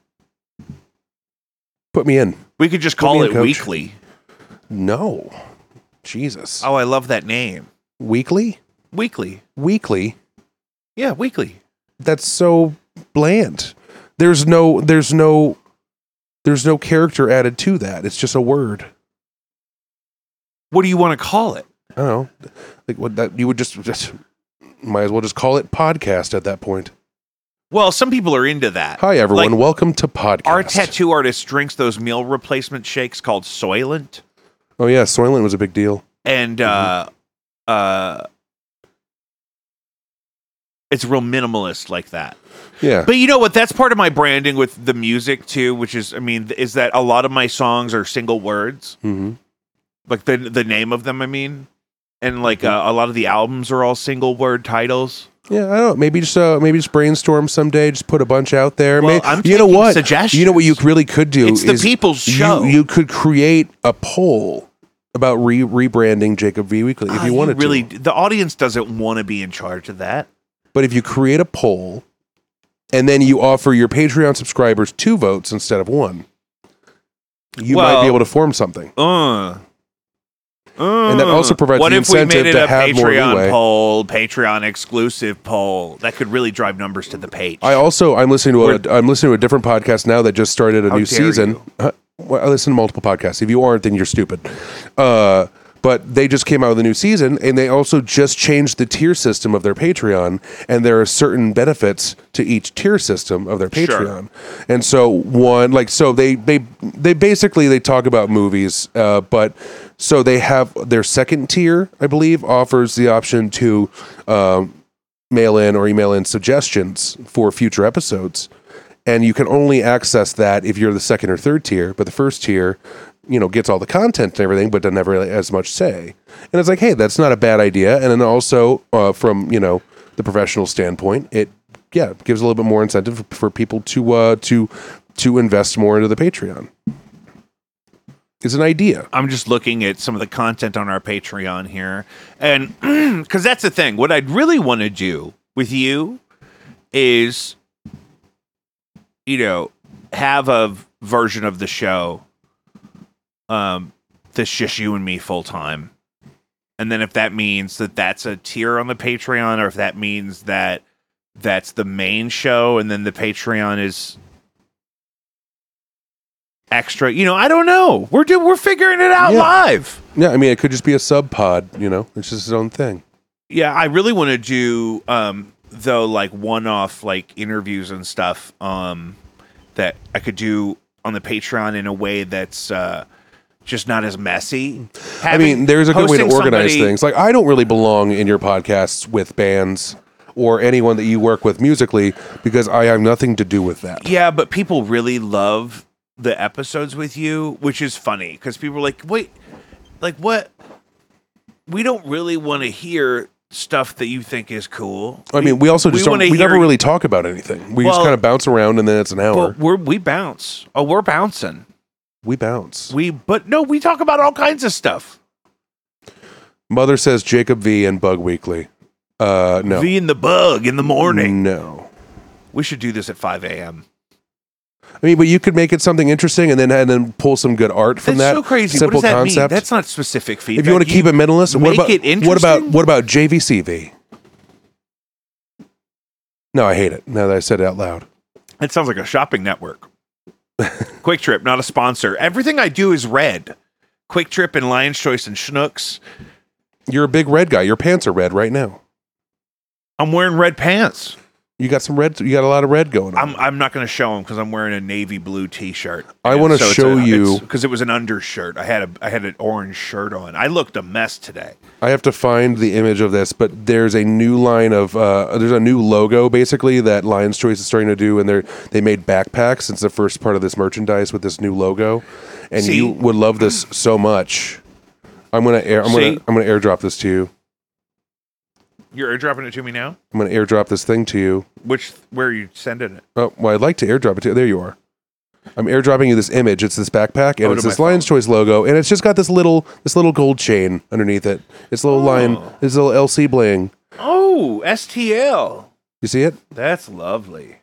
Speaker 1: Put me in.
Speaker 2: we could just
Speaker 1: Put me
Speaker 2: call
Speaker 1: in,
Speaker 2: it
Speaker 1: coach.
Speaker 2: weekly.
Speaker 1: No, Jesus.
Speaker 2: Oh, I love that name.
Speaker 1: Weekly,
Speaker 2: Weekly.
Speaker 1: weekly.
Speaker 2: Yeah, weekly.
Speaker 1: That's so bland. There's no. There's no. There's no character added to that. It's just a word.
Speaker 2: What do you want to call it?
Speaker 1: I don't know. Like what that you would just just might as well just call it podcast at that point.
Speaker 2: Well, some people are into that.
Speaker 1: Hi everyone,
Speaker 2: Like,
Speaker 1: welcome to podcast.
Speaker 2: our tattoo artist drinks those meal replacement shakes called Soylent,
Speaker 1: oh yeah, Soylent was a big deal.
Speaker 2: and uh,
Speaker 1: Mm-hmm.
Speaker 2: uh, it's real minimalist like that.
Speaker 1: Yeah.
Speaker 2: But you know what? That's part of my branding with the music too, which is, I mean, is that a lot of my songs are single words,
Speaker 1: hmm
Speaker 2: like the the name of them. I mean, and like
Speaker 1: Mm-hmm.
Speaker 2: uh, a lot of the albums are all single word titles.
Speaker 1: Yeah, I don't know. Maybe just uh, maybe just brainstorm someday. Just put a bunch out there.
Speaker 2: Well,
Speaker 1: May-
Speaker 2: I'm
Speaker 1: you know
Speaker 2: taking
Speaker 1: what?
Speaker 2: suggestions.
Speaker 1: You know what you really could do
Speaker 2: It's the
Speaker 1: is
Speaker 2: people's
Speaker 1: you-
Speaker 2: show.
Speaker 1: You, could create a poll about re- rebranding Jacob V Weekly if
Speaker 2: Ah,
Speaker 1: you wanted
Speaker 2: really,
Speaker 1: to.
Speaker 2: the audience doesn't want to be in charge of that.
Speaker 1: But if you create a poll and then you offer your Patreon subscribers two votes instead of one, you might
Speaker 2: Well-
Speaker 1: be able to form something.
Speaker 2: Uh.
Speaker 1: that also
Speaker 2: Uh.
Speaker 1: provides
Speaker 2: what
Speaker 1: the
Speaker 2: if we
Speaker 1: incentive
Speaker 2: made it
Speaker 1: to
Speaker 2: a
Speaker 1: have more
Speaker 2: Patreon
Speaker 1: leeway.
Speaker 2: poll, Patreon exclusive poll? That could really drive numbers to the page.
Speaker 1: I also I'm listening to a, I'm listening to a different podcast now that just started a
Speaker 2: How
Speaker 1: new
Speaker 2: dare
Speaker 1: season.
Speaker 2: you.
Speaker 1: Huh? Well, I listen to multiple podcasts. If you aren't, then you're stupid. Uh, but they just came out with a new season, and they also just changed the tier system of their Patreon. And there are certain benefits to each tier system of their
Speaker 2: Sure.
Speaker 1: Patreon. And so one like so they they they basically they talk about movies, uh, but so they have their second tier, I believe, offers the option to um, mail in or email in suggestions for future episodes. And you can only access that if you're the second or third tier, but the first tier, you know, gets all the content and everything, but doesn't have really as much say. And it's like, hey, that's not a bad idea. And then also, uh, from you know the professional standpoint, it yeah gives a little bit more incentive for, for people to uh, to to invest more into the Patreon. It's an idea.
Speaker 2: I'm just looking at some of the content on our Patreon here. And because that's the thing, what I'd really want to do with you is, you know, have a v- version of the show um, that's just you and me full time. And then if that means that that's a tier on the Patreon, or if that means that that's the main show and then the Patreon is extra you know i don't know we're do- we're figuring it out
Speaker 1: Yeah.
Speaker 2: live
Speaker 1: Yeah, I mean, it could just be a sub pod. You know, it's just its own thing.
Speaker 2: Yeah, I really want to do um though like one-off like interviews and stuff um that I could do on the Patreon in a way that's uh, just not as messy.
Speaker 1: I mean, there's a good way to
Speaker 2: hosting
Speaker 1: organize
Speaker 2: somebody-
Speaker 1: things. Like, I don't really belong in your podcasts with bands or anyone that you work with musically because I have nothing to do with that.
Speaker 2: Yeah, but people really love the episodes with you, which is funny because people are like, wait, like what? We don't really want to hear stuff that you think is cool.
Speaker 1: I mean, we also
Speaker 2: we
Speaker 1: just don't,
Speaker 2: wanna
Speaker 1: we never
Speaker 2: hear-
Speaker 1: really talk about anything. We just
Speaker 2: Well-
Speaker 1: kind of bounce around and then it's an hour.
Speaker 2: But we're we bounce. Oh, we're bouncing.
Speaker 1: we bounce.
Speaker 2: We but no, we talk about all kinds of stuff.
Speaker 1: Mother says Jacob V and Bug Weekly. Uh, no.
Speaker 2: V and the bug in the morning.
Speaker 1: No.
Speaker 2: We should do this at five a.m.
Speaker 1: I mean, but you could make it something interesting and then and then pull some good art from
Speaker 2: That's
Speaker 1: that.
Speaker 2: so crazy.
Speaker 1: Simple
Speaker 2: what does that
Speaker 1: concept.
Speaker 2: mean? That's not specific feedback.
Speaker 1: if you want to keep it minimalist, what
Speaker 2: make
Speaker 1: about
Speaker 2: it
Speaker 1: what about
Speaker 2: interesting?
Speaker 1: what about JVCV? No, I hate it. Now that I said it out loud,
Speaker 2: It sounds like a shopping network. Quick Trip, not a sponsor. Everything I do is red. Quick Trip and Lion's Choice and Schnooks.
Speaker 1: you're a big red guy. Your pants are red right now.
Speaker 2: I'm wearing red pants.
Speaker 1: You got some red. You got a lot of red going on.
Speaker 2: I'm I'm not going to show them because I'm wearing a navy blue T-shirt.
Speaker 1: I wanna show you-
Speaker 2: because it was an undershirt. I had a I had an orange shirt on. I looked a mess today.
Speaker 1: I have to find the image of this, but there's a new line of uh, there's a new logo basically that Lions Choice is starting to do, and they are they made backpacks since the first part of this merchandise with this new logo, and
Speaker 2: See?
Speaker 1: you would love this so much. I'm gonna air, I'm
Speaker 2: See?
Speaker 1: gonna I'm gonna airdrop this to you.
Speaker 2: You're airdropping it to me now.
Speaker 1: I'm gonna airdrop this thing to you.
Speaker 2: Which where are you sending it?
Speaker 1: Oh, well, I'd like to airdrop it to you. There you are. I'm airdropping you this image. It's this backpack, and
Speaker 2: Oh,
Speaker 1: it's
Speaker 2: to my
Speaker 1: this Lion's Choice logo, and it's just got this little this little gold chain underneath it. It's a little lion,
Speaker 2: Oh.
Speaker 1: this little LC bling.
Speaker 2: Oh, STL.
Speaker 1: You see it?
Speaker 2: That's lovely.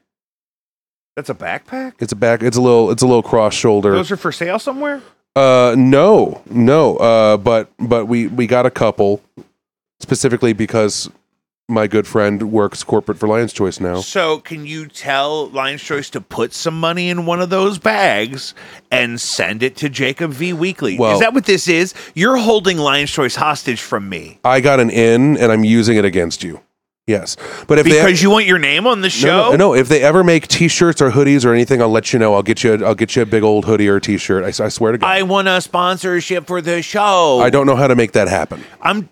Speaker 2: That's a backpack.
Speaker 1: It's a back. It's a little. It's a little cross shoulder.
Speaker 2: Those are for sale somewhere.
Speaker 1: Uh, no, no. Uh, but but we we got a couple specifically because my good friend works corporate for Lion's Choice now.
Speaker 2: So, can you tell Lion's Choice to put some money in one of those bags and send it to Jacob V Weekly?
Speaker 1: Well-
Speaker 2: is that what this is? You're holding Lion's Choice hostage from me
Speaker 1: I got an in, and I'm using it against you. Yes, but if they
Speaker 2: because you want your name on the
Speaker 1: no,
Speaker 2: show.
Speaker 1: no, no, if they ever make T-shirts or hoodies or anything, I'll let you know. I'll get you. A, I'll get you a big old hoodie or a T-shirt. I, s- I swear to God,
Speaker 2: I want a sponsorship for the show.
Speaker 1: I, don't know how to make that happen.
Speaker 2: I'm.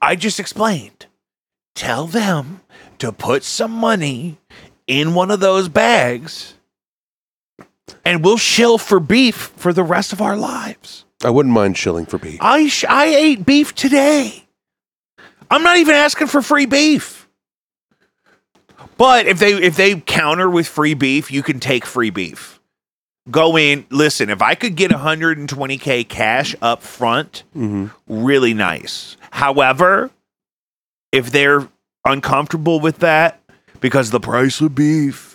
Speaker 2: I just explained. Tell them to put some money in one of those bags, and we'll shill for beef for the rest of our lives.
Speaker 1: I wouldn't mind shilling for beef.
Speaker 2: I sh- I ate beef today. I'm not even asking for free beef. But if they if they counter with free beef, you can take free beef. Go in, listen, if I could get 120k cash up front,
Speaker 1: hmm
Speaker 2: really nice. However, if they're uncomfortable with that because the price of beef,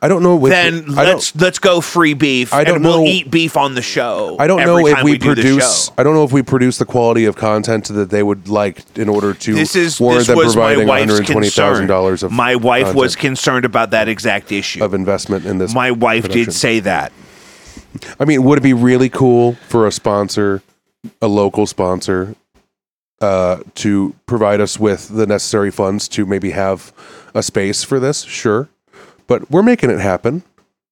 Speaker 1: I don't know. With
Speaker 2: then
Speaker 1: I don't-
Speaker 2: let's let's go free beef
Speaker 1: I don't
Speaker 2: and we'll
Speaker 1: know-
Speaker 2: eat beef on the show.
Speaker 1: I don't
Speaker 2: every
Speaker 1: know if
Speaker 2: time
Speaker 1: we,
Speaker 2: do the
Speaker 1: produce.
Speaker 2: show.
Speaker 1: I don't know if we produce the quality of content that they would like in order to
Speaker 2: this is
Speaker 1: warrant
Speaker 2: this
Speaker 1: them
Speaker 2: was my
Speaker 1: providing one
Speaker 2: wife's
Speaker 1: hundred twenty thousand
Speaker 2: concern.
Speaker 1: dollars of
Speaker 2: my wife was
Speaker 1: content.
Speaker 2: concerned about that exact issue.
Speaker 1: of investment in this.
Speaker 2: my wife
Speaker 1: production.
Speaker 2: did say that.
Speaker 1: I mean, would it be really cool for a sponsor, a local sponsor, uh, to provide us with the necessary funds to maybe have a space for this? Sure, but we're making it happen.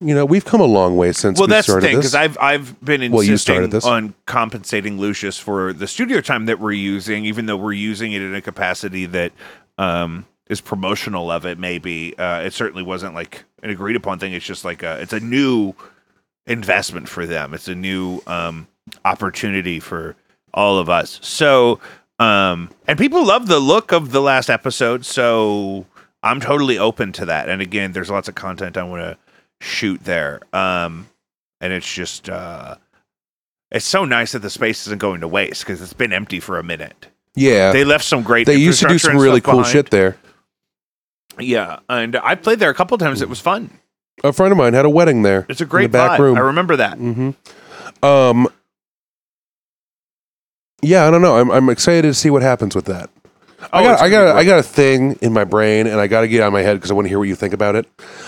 Speaker 1: You know, we've come a long way since
Speaker 2: Well,
Speaker 1: we
Speaker 2: that's the
Speaker 1: started
Speaker 2: thing
Speaker 1: this.
Speaker 2: because I've I've been
Speaker 1: Well, you
Speaker 2: insisting
Speaker 1: started this.
Speaker 2: on compensating Lucius for the studio time that we're using, even though we're using it in a capacity that um, is promotional of it. Maybe uh, it certainly wasn't like an agreed upon thing. It's just like a, it's a new investment for them. It's a new um, opportunity for all of us. So, um, and people love the look of the last episode. So I'm totally open to that. And again, there's lots of content I want to shoot there. Um, and it's just, uh, it's so nice that the space isn't going to waste because it's been empty for a minute.
Speaker 1: yeah, they,
Speaker 2: They left some
Speaker 1: used
Speaker 2: great.
Speaker 1: to do
Speaker 2: infrastructure
Speaker 1: some
Speaker 2: and
Speaker 1: really
Speaker 2: stuff
Speaker 1: cool
Speaker 2: behind.
Speaker 1: shit there.
Speaker 2: Yeah, and I played there a couple times. It was fun.
Speaker 1: A friend of mine had a wedding there.
Speaker 2: It's a great
Speaker 1: in the back
Speaker 2: vibe.
Speaker 1: room.
Speaker 2: I remember that.
Speaker 1: Mm-hmm. Um. Yeah, I don't know. I'm I'm excited to see what happens with that. I
Speaker 2: Oh,
Speaker 1: got
Speaker 2: it's
Speaker 1: I
Speaker 2: gonna be
Speaker 1: got I
Speaker 2: great.
Speaker 1: got a thing in my brain, and I got to get it out of my head because I want to hear what you think about it.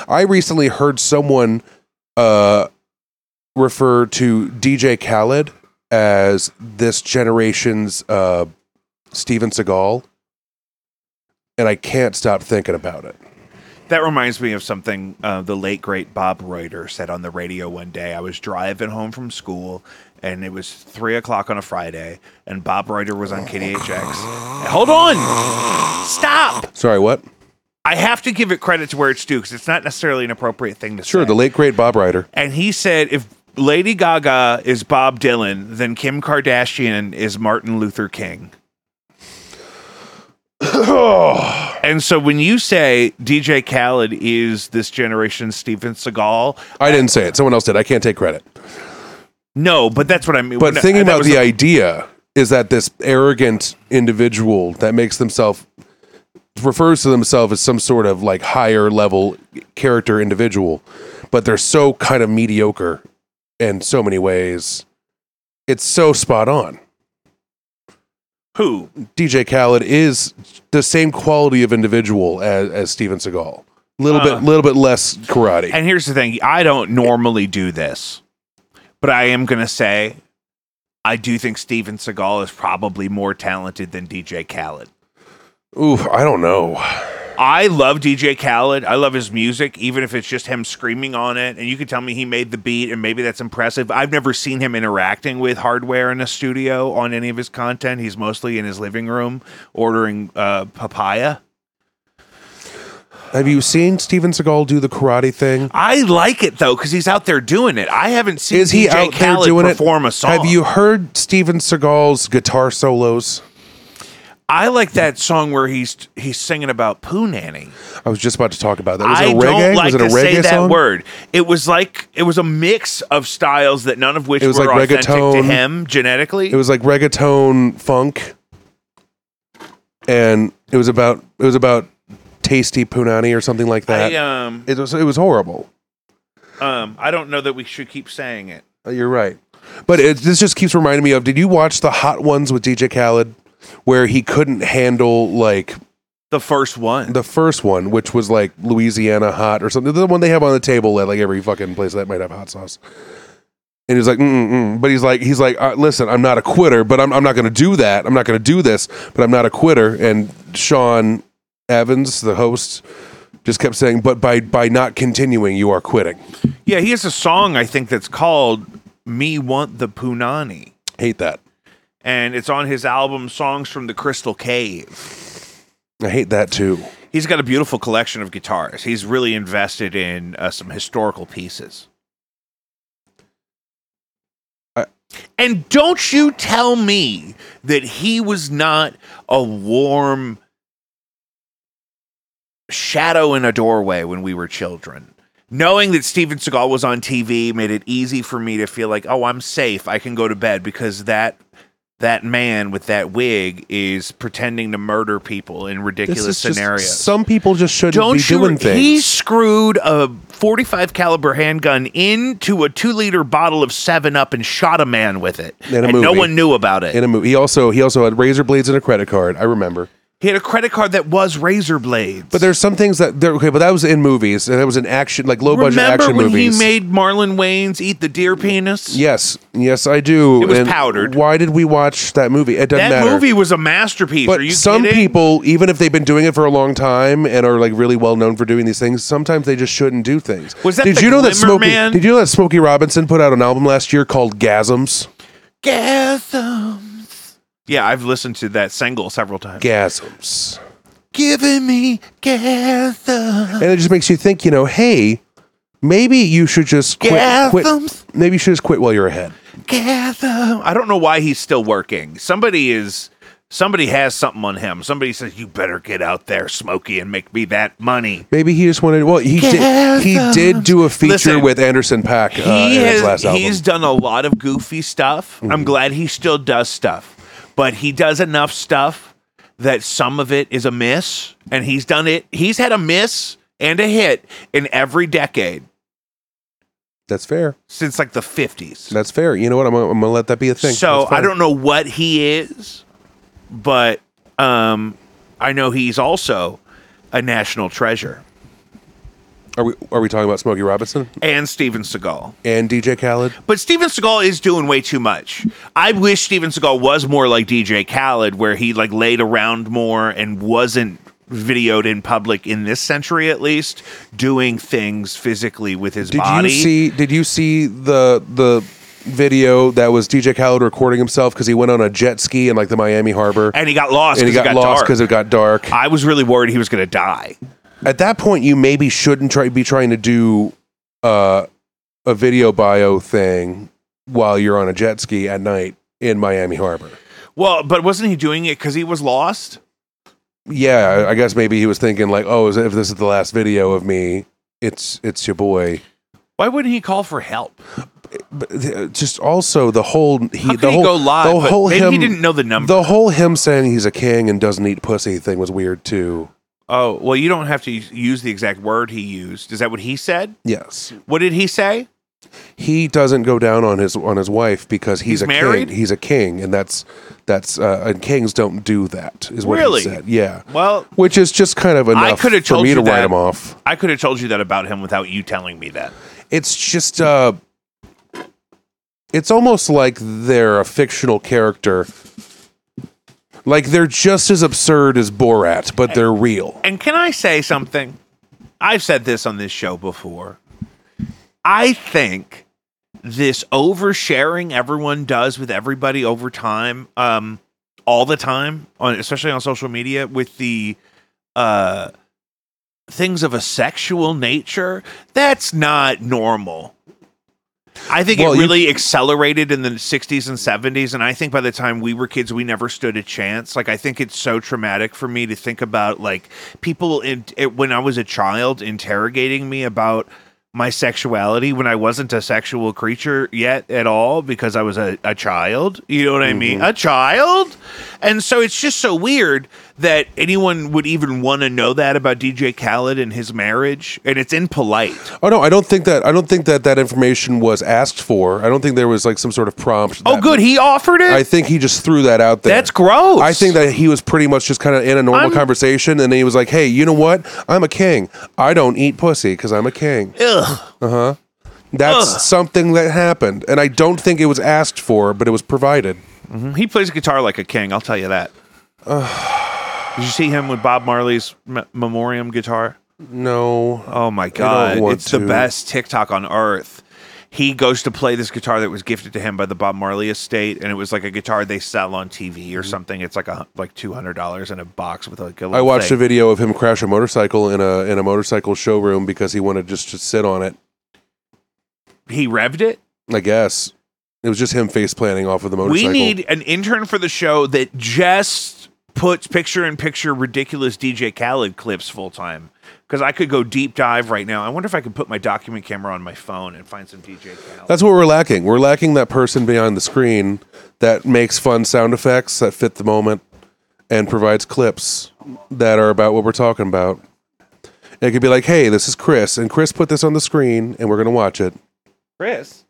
Speaker 1: I recently heard someone uh, refer to DJ Khaled as this generation's uh, Steven Seagal, and I can't stop thinking about it.
Speaker 2: That reminds me of something uh, the late great Bob Reuter said on the radio one day. I was driving home from school, and it was three o'clock on a Friday, and Bob Reuter was on KDHX. Hold on, stop!
Speaker 1: Sorry, what?
Speaker 2: I have to give it credit to where it's due because it's not necessarily an appropriate thing to
Speaker 1: Sure,
Speaker 2: say.
Speaker 1: the late great Bob Ryder.
Speaker 2: and he said if Lady Gaga is Bob Dylan, then Kim Kardashian is Martin Luther King. and so when you say DJ Khaled is this generation's Steven Seagal,
Speaker 1: I didn't say it. Someone else did. I can't take credit.
Speaker 2: no, but that's what I mean.
Speaker 1: But
Speaker 2: When-
Speaker 1: thinking
Speaker 2: that
Speaker 1: about
Speaker 2: was
Speaker 1: the idea is that this arrogant individual that makes themselves refers to themselves as some sort of like higher level character individual, but they're so kind of mediocre in so many ways. It's so spot on.
Speaker 2: who
Speaker 1: DJ Khaled is the same quality of individual as, as Steven Seagal. Little bit, little bit less karate.
Speaker 2: And here's the thing I don't normally do this, but I am going to say I do think Steven Seagal is probably more talented than DJ Khaled.
Speaker 1: Ooh, I don't know.
Speaker 2: I love DJ Khaled. I love his music, even if it's just him screaming on it. And you can tell me he made the beat, and maybe that's impressive. I've never seen him interacting with hardware in a studio on any of his content. He's mostly in his living room ordering uh, papaya.
Speaker 1: Have you seen Steven Seagal do the karate thing?
Speaker 2: I like it though because he's out there doing it. I haven't seen
Speaker 1: Is he
Speaker 2: DJ
Speaker 1: out there
Speaker 2: Khaled
Speaker 1: doing it?
Speaker 2: perform a song.
Speaker 1: Have you heard Steven Seagal's guitar solos?
Speaker 2: I like that song where he's he's singing about poo nanny.
Speaker 1: I was just about to talk about that. Was
Speaker 2: I
Speaker 1: it a reggae?
Speaker 2: don't like
Speaker 1: was it a
Speaker 2: to
Speaker 1: reggae
Speaker 2: say that
Speaker 1: song?
Speaker 2: word. It was like it was a mix of styles that none of which
Speaker 1: It was
Speaker 2: were
Speaker 1: like
Speaker 2: authentic to
Speaker 1: reggaeton.
Speaker 2: him genetically.
Speaker 1: It was like reggaeton funk, and it was about it was about tasty punani or something like that.
Speaker 2: I, um,
Speaker 1: it was it was horrible.
Speaker 2: um, I don't know that we should keep saying it.
Speaker 1: Uh, You're right, but it, this just keeps reminding me of. Did you watch the Hot Ones with DJ Khaled, where he couldn't handle like
Speaker 2: The first one.
Speaker 1: the first one, which was like Louisiana hot or something, the one they have on the table at like every fucking place that might have hot sauce. And he's like, Mm-mm-mm. but he's like, he's like, uh, listen, I'm not a quitter, but I'm, I'm not going to do that. I'm not going to do this, but I'm not a quitter. And Sean Evans, the host, just kept saying, but by by not continuing, you are quitting.
Speaker 2: yeah, he has a song I think that's called "Me Want the Punani,"
Speaker 1: Hate that.
Speaker 2: and it's on his album "Songs from the Crystal Cave."
Speaker 1: I hate that too.
Speaker 2: He's got a beautiful collection of guitars. He's really invested in uh, some historical pieces.
Speaker 1: I-
Speaker 2: and don't you tell me that he was not a warm shadow in a doorway when we were children. Knowing that Steven Seagal was on TV made it easy for me to feel like, oh, I'm safe. I can go to bed because that that man with that wig is pretending to murder people in
Speaker 1: This
Speaker 2: ridiculous
Speaker 1: is just-
Speaker 2: scenarios.
Speaker 1: some people just shouldn't be
Speaker 2: Don't you?
Speaker 1: doing things.
Speaker 2: He screwed a 45 caliber handgun into a two liter bottle of Seven Up and shot a man with it,
Speaker 1: In a
Speaker 2: and no
Speaker 1: movie.
Speaker 2: one knew about it.
Speaker 1: in a movie, he also he also had razor blades and a credit card. I remember.
Speaker 2: he had a credit card that was razor blades.
Speaker 1: But there's some things that they're okay, but that was in movies, and that was in action, like low budget
Speaker 2: remember
Speaker 1: action
Speaker 2: when
Speaker 1: movies.
Speaker 2: he made Marlon Wayans eat the deer penis?
Speaker 1: yes, yes, I do.
Speaker 2: It was
Speaker 1: and
Speaker 2: powdered.
Speaker 1: Why did we watch that movie? It doesn't
Speaker 2: that
Speaker 1: matter.
Speaker 2: movie was a masterpiece. Are
Speaker 1: but
Speaker 2: you
Speaker 1: some
Speaker 2: kidding?
Speaker 1: people, even if they've been doing it for a long time and are like really well known for doing these things, sometimes they just shouldn't do things.
Speaker 2: Was that
Speaker 1: did
Speaker 2: the
Speaker 1: you know
Speaker 2: Glimmer
Speaker 1: that Smokey?
Speaker 2: Man?
Speaker 1: Did you know that Smokey Robinson put out an album last year called Gasms?
Speaker 2: Gasms. Yeah, I've listened to that single several times.
Speaker 1: Gasms,
Speaker 2: Giving me gasms.
Speaker 1: and it just makes you think, you know, hey, maybe you should just quit. quit-
Speaker 2: Gasms.
Speaker 1: Maybe you should just quit while you're ahead.
Speaker 2: Gasm. I don't know why he's still working. Somebody is. Somebody has something on him. Somebody says, "You better get out there, Smokey, and make me that money."
Speaker 1: Maybe he just wanted. Well, he did. He
Speaker 2: Gasms.
Speaker 1: did do a feature
Speaker 2: Listen,
Speaker 1: with Anderson Pack uh, in
Speaker 2: he
Speaker 1: his
Speaker 2: has
Speaker 1: last album.
Speaker 2: he's done a lot of goofy stuff. I'm glad he still does stuff, but he does enough stuff that some of it is a miss, and he's done it. He's had a miss and a hit in every decade
Speaker 1: That's fair.
Speaker 2: since like the 50s.
Speaker 1: That's fair. You know what? I'm, gonna- I'm gonna let that be a thing.
Speaker 2: So
Speaker 1: That's
Speaker 2: I
Speaker 1: fine.
Speaker 2: don't know what he is, but um, I know he's also a national treasure
Speaker 1: Are we are we talking about Smokey Robinson
Speaker 2: and Steven Seagal.
Speaker 1: and DJ Khaled?
Speaker 2: But Steven Seagal is doing way too much. I wish Steven Seagal was more like DJ Khaled, where he like laid around more and wasn't videoed in public in this century at least doing things physically with his
Speaker 1: Did
Speaker 2: body.
Speaker 1: you see? Did you see the the video that was DJ Khaled recording himself because he went on a jet ski in like the Miami harbor
Speaker 2: and he got lost.
Speaker 1: and he
Speaker 2: 'cause
Speaker 1: got, lost
Speaker 2: dark.
Speaker 1: because it got dark.
Speaker 2: I was really worried he was going to die.
Speaker 1: At that point, you maybe shouldn't try be trying to do uh, a video bio thing while you're on a jet ski at night in Miami harbor.
Speaker 2: Well, but wasn't he doing it because he was lost?
Speaker 1: Yeah, I I guess maybe he was thinking like, oh, is- if this is the last video of me, it's it's your boy.
Speaker 2: Why wouldn't he call for help?
Speaker 1: But uh, just also the whole he
Speaker 2: How could
Speaker 1: the
Speaker 2: he
Speaker 1: whole
Speaker 2: go live?
Speaker 1: the
Speaker 2: But
Speaker 1: whole
Speaker 2: maybe
Speaker 1: him
Speaker 2: he didn't know the number.
Speaker 1: the whole him saying he's a king and doesn't eat pussy thing was weird too.
Speaker 2: oh, well, you don't have to use the exact word he used. Is that what he said?
Speaker 1: Yes,
Speaker 2: What did he say?
Speaker 1: he doesn't go down on his on his wife because he's,
Speaker 2: He's
Speaker 1: a
Speaker 2: married?
Speaker 1: king. He's a king, and that's that's uh, and kings don't do that. Is what
Speaker 2: Really?
Speaker 1: he said. Yeah,
Speaker 2: Well,
Speaker 1: which is just kind of enough
Speaker 2: coulda
Speaker 1: for
Speaker 2: told
Speaker 1: me
Speaker 2: you
Speaker 1: to write
Speaker 2: that.
Speaker 1: him off.
Speaker 2: I could have told you that about him without you telling me that.
Speaker 1: it's just uh it's almost like they're a fictional character like they're just as absurd as borat but they're real
Speaker 2: And can I say something? I've said this on this show before. I think this oversharing everyone does with everybody over time, um, all the time, on especially on social media, with the uh, things of a sexual nature, that's not normal. I think
Speaker 1: Well,
Speaker 2: it
Speaker 1: you-
Speaker 2: really accelerated in the 60s and 70s. And I think by the time we were kids, we never stood a chance. Like, I think it's so traumatic for me to think about, like, people in, it, when I was a child interrogating me about my sexuality when I wasn't a sexual creature yet at all because I was a, a child. You know what I mean?
Speaker 1: Mm-hmm.
Speaker 2: A child. And so it's just so weird that anyone would even want to know that about DJ Khaled and his marriage. And it's impolite.
Speaker 1: oh no i don't think that i don't think that that information was asked for i don't think there was like some sort of prompt
Speaker 2: Oh,
Speaker 1: that-
Speaker 2: good. He offered it.
Speaker 1: i think he just threw that out there
Speaker 2: That's gross.
Speaker 1: I think that he was pretty much just kind of in a normal
Speaker 2: I'm-
Speaker 1: conversation, and he was like, "Hey, you know what? I'm a king. I don't eat pussy because I'm a king."
Speaker 2: Ugh.
Speaker 1: That's
Speaker 2: Ugh.
Speaker 1: something that happened, and I don't think it was asked for, but it was provided.
Speaker 2: Mm, He plays guitar like a king. I'll tell you that. Did you see him with Bob Marley's me- memoriam guitar?
Speaker 1: No,
Speaker 2: Oh my
Speaker 1: don't
Speaker 2: god,
Speaker 1: want
Speaker 2: it's the
Speaker 1: to.
Speaker 2: best TikTok on earth. He goes to play this guitar that was gifted to him by the Bob Marley estate, and it was like a guitar they sell on TV or something. It's like a like two hundred dollars in a box with like a little
Speaker 1: I watched
Speaker 2: thing.
Speaker 1: a video of him crash a motorcycle in a in a motorcycle showroom because he wanted just to sit on it.
Speaker 2: He revved it.
Speaker 1: I guess it was just him face planting off of the
Speaker 2: We
Speaker 1: motorcycle.
Speaker 2: need an intern for the show that just puts picture in picture ridiculous DJ Khaled clips full time. Because I could go deep dive right now. I wonder if I could put my document camera on my phone and find some DJ Khaled.
Speaker 1: That's what we're lacking. We're lacking that person behind the screen that makes fun sound effects that fit the moment and provides clips that are about what we're talking about. It could be like, "Hey, this is Chris, and Chris put this on the screen, and we're gonna watch it."
Speaker 2: Chris,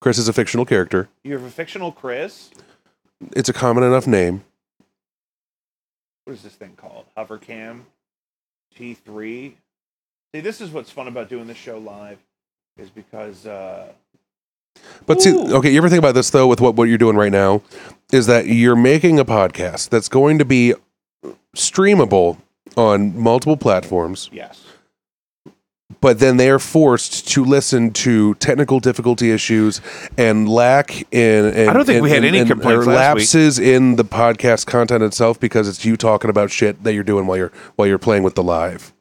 Speaker 1: Chris is a fictional character.
Speaker 2: you have a fictional Chris.
Speaker 1: It's a common enough name.
Speaker 2: what is this thing called? Hovercam T3. See, this is what's fun about doing this show live, is because uh,
Speaker 1: But see,
Speaker 2: Ooh.
Speaker 1: okay, you ever think about this though, with what, what you're doing right now, is that you're making a podcast that's going to be streamable on multiple platforms,
Speaker 2: yes,
Speaker 1: but then they are forced to listen to technical difficulty issues and lack in. in
Speaker 2: I don't think
Speaker 1: in-
Speaker 2: we had
Speaker 1: in-
Speaker 2: any
Speaker 1: in-
Speaker 2: complaints
Speaker 1: or
Speaker 2: last week.
Speaker 1: lapses in the podcast content itself because it's you talking about shit that you're doing while you're while you're playing with the live.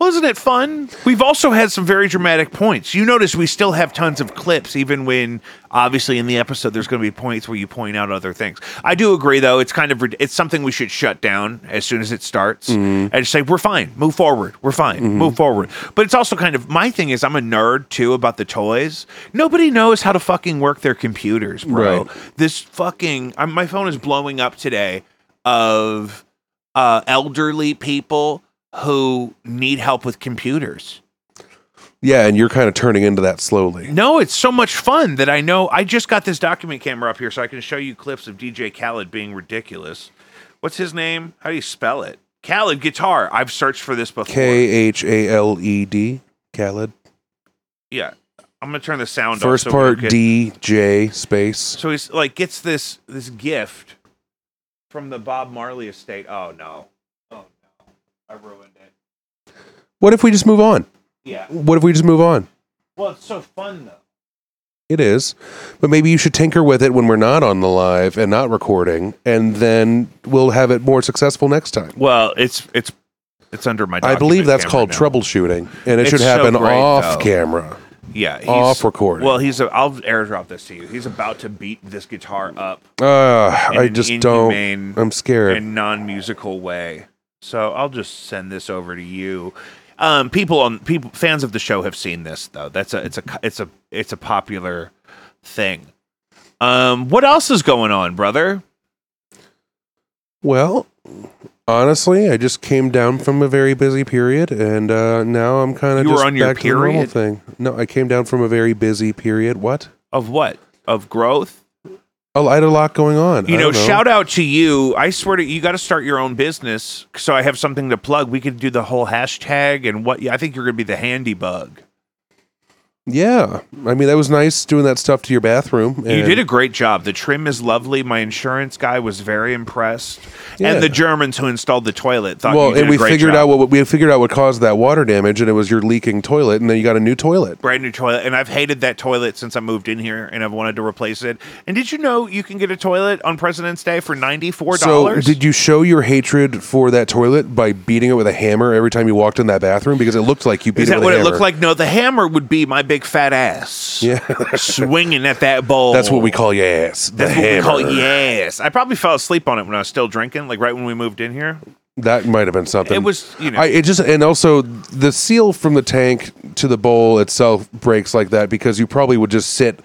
Speaker 2: wasn't it fun? We've also had some very dramatic points. You notice we still have tons of clips, even when obviously in the episode there's going to be points where you point out other things. I do agree, though. It's kind of rid- it's something we should shut down as soon as it starts and just say we're fine, move forward, we're fine, move forward. But it's also kind of my thing is I'm a nerd too about the toys. Nobody knows how to fucking work their computers, bro.
Speaker 1: Right.
Speaker 2: This fucking i my phone is blowing up today of uh, elderly people who need help with computers.
Speaker 1: Yeah, and you're kind of turning into that slowly.
Speaker 2: No, it's so much fun that I know I just got this document camera up here so I can show you clips of DJ Khaled being ridiculous. What's his name? How do you spell it? Khaled guitar. I've searched for this before.
Speaker 1: K H A L E D, Khaled.
Speaker 2: Yeah. I'm gonna turn the sound off
Speaker 1: First
Speaker 2: so we
Speaker 1: part
Speaker 2: don't get-
Speaker 1: D J space.
Speaker 2: So he's like gets this this gift from the Bob Marley estate. Oh no. Oh no.
Speaker 3: I ruined it.
Speaker 1: What if we just move on?
Speaker 3: Yeah.
Speaker 1: What if we just move on?
Speaker 3: Well, it's so fun though.
Speaker 1: It is, but maybe you should tinker with it when we're not on the live and not recording, and then we'll have it more successful next time.
Speaker 2: Well, it's it's it's under my.
Speaker 1: I believe
Speaker 2: document
Speaker 1: that's
Speaker 2: camera
Speaker 1: called
Speaker 2: now.
Speaker 1: troubleshooting, and it
Speaker 2: It's
Speaker 1: should
Speaker 2: so
Speaker 1: happen
Speaker 2: great,
Speaker 1: off
Speaker 2: though.
Speaker 1: camera.
Speaker 2: Yeah, he's,
Speaker 1: Off recording.
Speaker 2: Well, he's. A, I'll airdrop this to you. He's about to beat this guitar up
Speaker 1: Uh,
Speaker 2: in
Speaker 1: I
Speaker 2: an
Speaker 1: just
Speaker 2: inhumane
Speaker 1: don't. I'm scared.
Speaker 2: in non-musical way. So I'll just send this over to you. Um, people on people fans of the show have seen this though. That's a it's a it's a it's a popular thing. Um, what else is going on, brother?
Speaker 1: Well, honestly, I just came down from a very busy period, and uh, now I'm kind of
Speaker 2: You were
Speaker 1: just
Speaker 2: on your
Speaker 1: back to the normal
Speaker 2: period?
Speaker 1: thing. No, I came down from a very busy period. What?
Speaker 2: Of what? Of growth?
Speaker 1: Oh, I had a lot going on.
Speaker 2: You
Speaker 1: I
Speaker 2: know,
Speaker 1: don't know,
Speaker 2: shout out to you. I swear to you, got to start your own business. So I have something to plug. We could do the whole hashtag and what. I think you're going to be the handy bug.
Speaker 1: Yeah, I mean that was nice doing that stuff to your bathroom.
Speaker 2: You
Speaker 1: and-
Speaker 2: did a great job. The trim is lovely. My insurance guy was very impressed,
Speaker 1: Yeah.
Speaker 2: and the Germans who installed the toilet thought
Speaker 1: well,
Speaker 2: Uh, you did
Speaker 1: and
Speaker 2: a
Speaker 1: we
Speaker 2: great
Speaker 1: figured
Speaker 2: job.
Speaker 1: out what we figured out what caused that water damage, and it was your leaking toilet, and then you got a new toilet.
Speaker 2: brand new toilet. And I've hated that toilet since I moved in here, and I've wanted to replace it. And did you know you can get a toilet on President's Day for ninety four
Speaker 1: So,
Speaker 2: dollars?
Speaker 1: did you show your hatred for that toilet by beating it with a hammer every time you walked in that bathroom? Because it looked like you beat
Speaker 2: is
Speaker 1: it
Speaker 2: that
Speaker 1: with
Speaker 2: what
Speaker 1: a
Speaker 2: it
Speaker 1: hammer.
Speaker 2: looked like? No, the hammer would be my big fat ass.
Speaker 1: Yeah.
Speaker 2: swinging at that bowl.
Speaker 1: That's what we call yes. The
Speaker 2: That's what
Speaker 1: hammer.
Speaker 2: we call yes. I probably fell asleep on it when I was still drinking, like right when we moved in here.
Speaker 1: That might have been something.
Speaker 2: It was, you know,
Speaker 1: I, it just and also the seal from the tank to the bowl itself breaks like that because you probably would just sit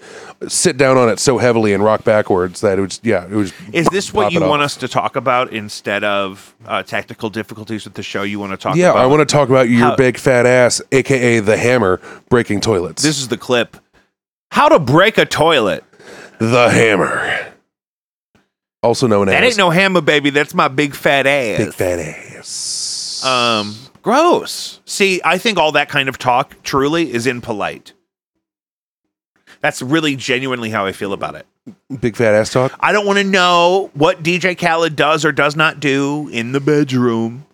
Speaker 1: sit down on it so heavily and rock backwards that it was yeah it was
Speaker 2: Is this
Speaker 1: pop
Speaker 2: what you
Speaker 1: it off.
Speaker 2: want us to talk about instead of uh, tactical difficulties with the show? You want to talk
Speaker 1: yeah
Speaker 2: about?
Speaker 1: I want to talk about your
Speaker 2: How-
Speaker 1: big fat ass aka the hammer breaking toilets
Speaker 2: This is the clip. How to break a toilet.
Speaker 1: the hammer also known
Speaker 2: That
Speaker 1: as
Speaker 2: ain't no hammer, baby. That's my big fat ass.
Speaker 1: big fat ass
Speaker 2: Um, gross. See, I think all that kind of talk truly is impolite. That's really genuinely how I feel about it.
Speaker 1: big fat ass talk
Speaker 2: I don't want to know what DJ Khaled does or does not do in the bedroom.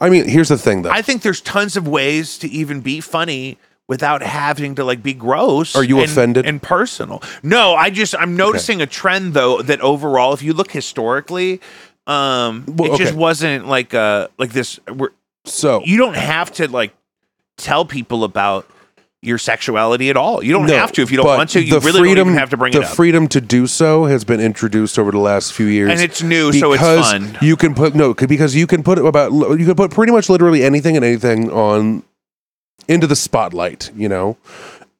Speaker 1: I mean here's the thing though
Speaker 2: I think there's tons of ways to even be funny without having to like be gross.
Speaker 1: Are you
Speaker 2: and-
Speaker 1: offended?
Speaker 2: And personal. No, I just I'm noticing a trend though that overall, if you look historically, um,
Speaker 1: Well,
Speaker 2: it just
Speaker 1: okay.
Speaker 2: wasn't like uh like this. We're,
Speaker 1: so
Speaker 2: you don't have to like tell people about your sexuality at all. You don't
Speaker 1: No,
Speaker 2: have to if you don't
Speaker 1: but
Speaker 2: want to. You
Speaker 1: the
Speaker 2: really don't even have to bring
Speaker 1: the
Speaker 2: it up.
Speaker 1: freedom to do so has been introduced over the last few years,
Speaker 2: And it's new, so it's
Speaker 1: because
Speaker 2: fun.
Speaker 1: You can put no c- because you can put about you can put pretty much literally anything and anything on into the spotlight, you know,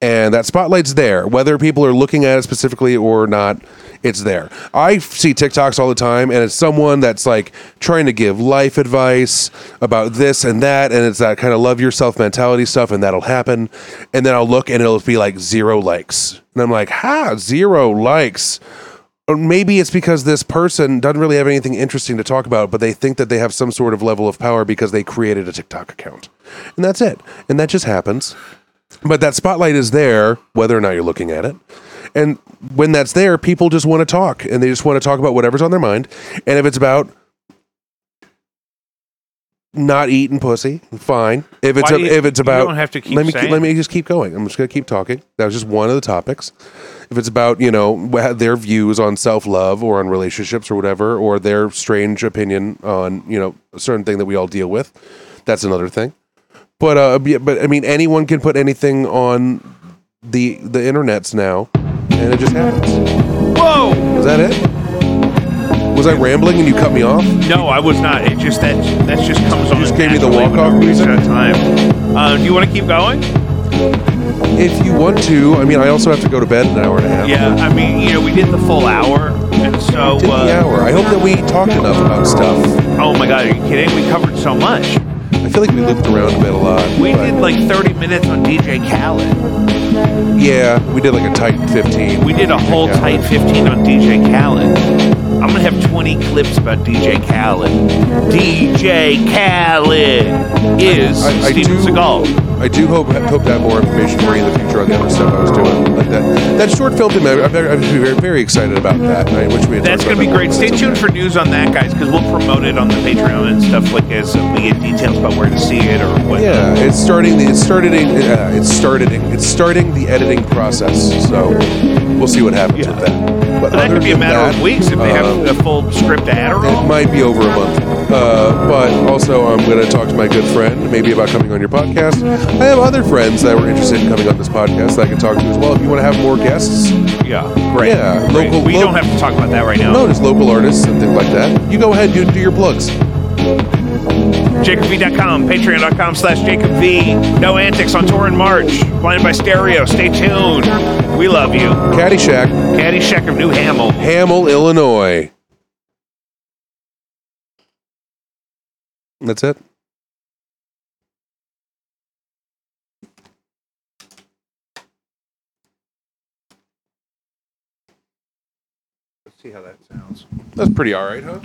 Speaker 1: and that spotlight's there, whether people are looking at it specifically or not. It's there. I f- see TikToks all the time, and it's someone that's like trying to give life advice about this and that, and it's that kind of love yourself mentality stuff, and that'll happen. And then I'll look, and it'll be like zero likes, and I'm like, "Ha, zero likes." or maybe it's because this person doesn't really have anything interesting to talk about, but they think that they have some sort of level of power because they created a TikTok account. And that's it. And that just happens. But that spotlight is there, whether or not you're looking at it. And when that's there, people just want to talk and they just want to talk about whatever's on their mind. And if it's about not eating pussy, fine. If it's
Speaker 2: Why
Speaker 1: a,
Speaker 2: do you-
Speaker 1: if it's
Speaker 2: you
Speaker 1: about
Speaker 2: don't have to keep
Speaker 1: let me
Speaker 2: saying
Speaker 1: let me just keep going. I'm just gonna keep talking. That was just one of the topics. If it's about you know wha- their views on self love or on relationships or whatever, or their strange opinion on you know a certain thing that we all deal with, that's another thing. But uh, yeah, but I mean, anyone can put anything on the the internets now, and it just happens.
Speaker 2: Whoa!
Speaker 1: Is that it? Was I rambling and you cut me off?
Speaker 2: No, I was not. It just that that just comes on.
Speaker 1: just gave me the
Speaker 2: naturally when
Speaker 1: walk-off
Speaker 2: we're
Speaker 1: music?
Speaker 2: at a Time. Uh, do you want to keep going?
Speaker 1: If you want to, I mean, I also have to go to bed in an hour and a half.
Speaker 2: Yeah, I mean, you know, we did the full hour, and so.
Speaker 1: Did
Speaker 2: uh,
Speaker 1: the hour. I hope that we talked enough about stuff.
Speaker 2: Oh my god, are you kidding? We covered so much.
Speaker 1: I feel like we looped around a bit a lot.
Speaker 2: We
Speaker 1: but-
Speaker 2: did like 30 minutes on DJ Khaled.
Speaker 1: Yeah, we did like a tight 15.
Speaker 2: We did a whole
Speaker 1: Khaled.
Speaker 2: tight 15 on DJ Khaled. I'm gonna have 20 clips about DJ Khaled. DJ Khaled is
Speaker 1: I- I
Speaker 2: Steven
Speaker 1: do-
Speaker 2: Seagal.
Speaker 1: I do hope hope to have more information for you in the future on the other stuff I was doing. Like that that short film thing, I'm, I'm very, very excited about that. and I wish we had
Speaker 2: That's
Speaker 1: talked
Speaker 2: going
Speaker 1: about that more,
Speaker 2: to be great.
Speaker 1: but
Speaker 2: Stay
Speaker 1: that's
Speaker 2: tuned
Speaker 1: okay.
Speaker 2: for news on that, guys, because we'll promote it on the Patreon and stuff like as we get details about where to see it or what.
Speaker 1: Yeah, it's starting. The, it's started. in- Uh, it's started. in- It's starting the editing process. So we'll see what happens with that. But
Speaker 2: So that
Speaker 1: other
Speaker 2: could be a
Speaker 1: than
Speaker 2: matter of
Speaker 1: that,
Speaker 2: weeks if they
Speaker 1: um,
Speaker 2: have the full script to
Speaker 1: It
Speaker 2: Adderall.
Speaker 1: might be over a month. Uh, but also, I'm going to talk to my good friend maybe about coming on your podcast. I have other friends that were interested in coming on this podcast that I can talk to as well. If you want to have more guests,
Speaker 2: yeah, great.
Speaker 1: Yeah,
Speaker 2: great.
Speaker 1: local-
Speaker 2: we
Speaker 1: lo-
Speaker 2: don't have to talk about that right now.
Speaker 1: no, just local artists and things like that. You go ahead, you do your plugs.
Speaker 2: JacobV.com, patreon.com slash JacobV. No antics on tour in March. Blinded by Stereo. Stay tuned. We love you.
Speaker 1: Caddyshack,
Speaker 2: Caddyshack of New Hamel.
Speaker 1: Hamel, Illinois. That's it.
Speaker 2: Let's see how that sounds.
Speaker 1: That's pretty all right, huh?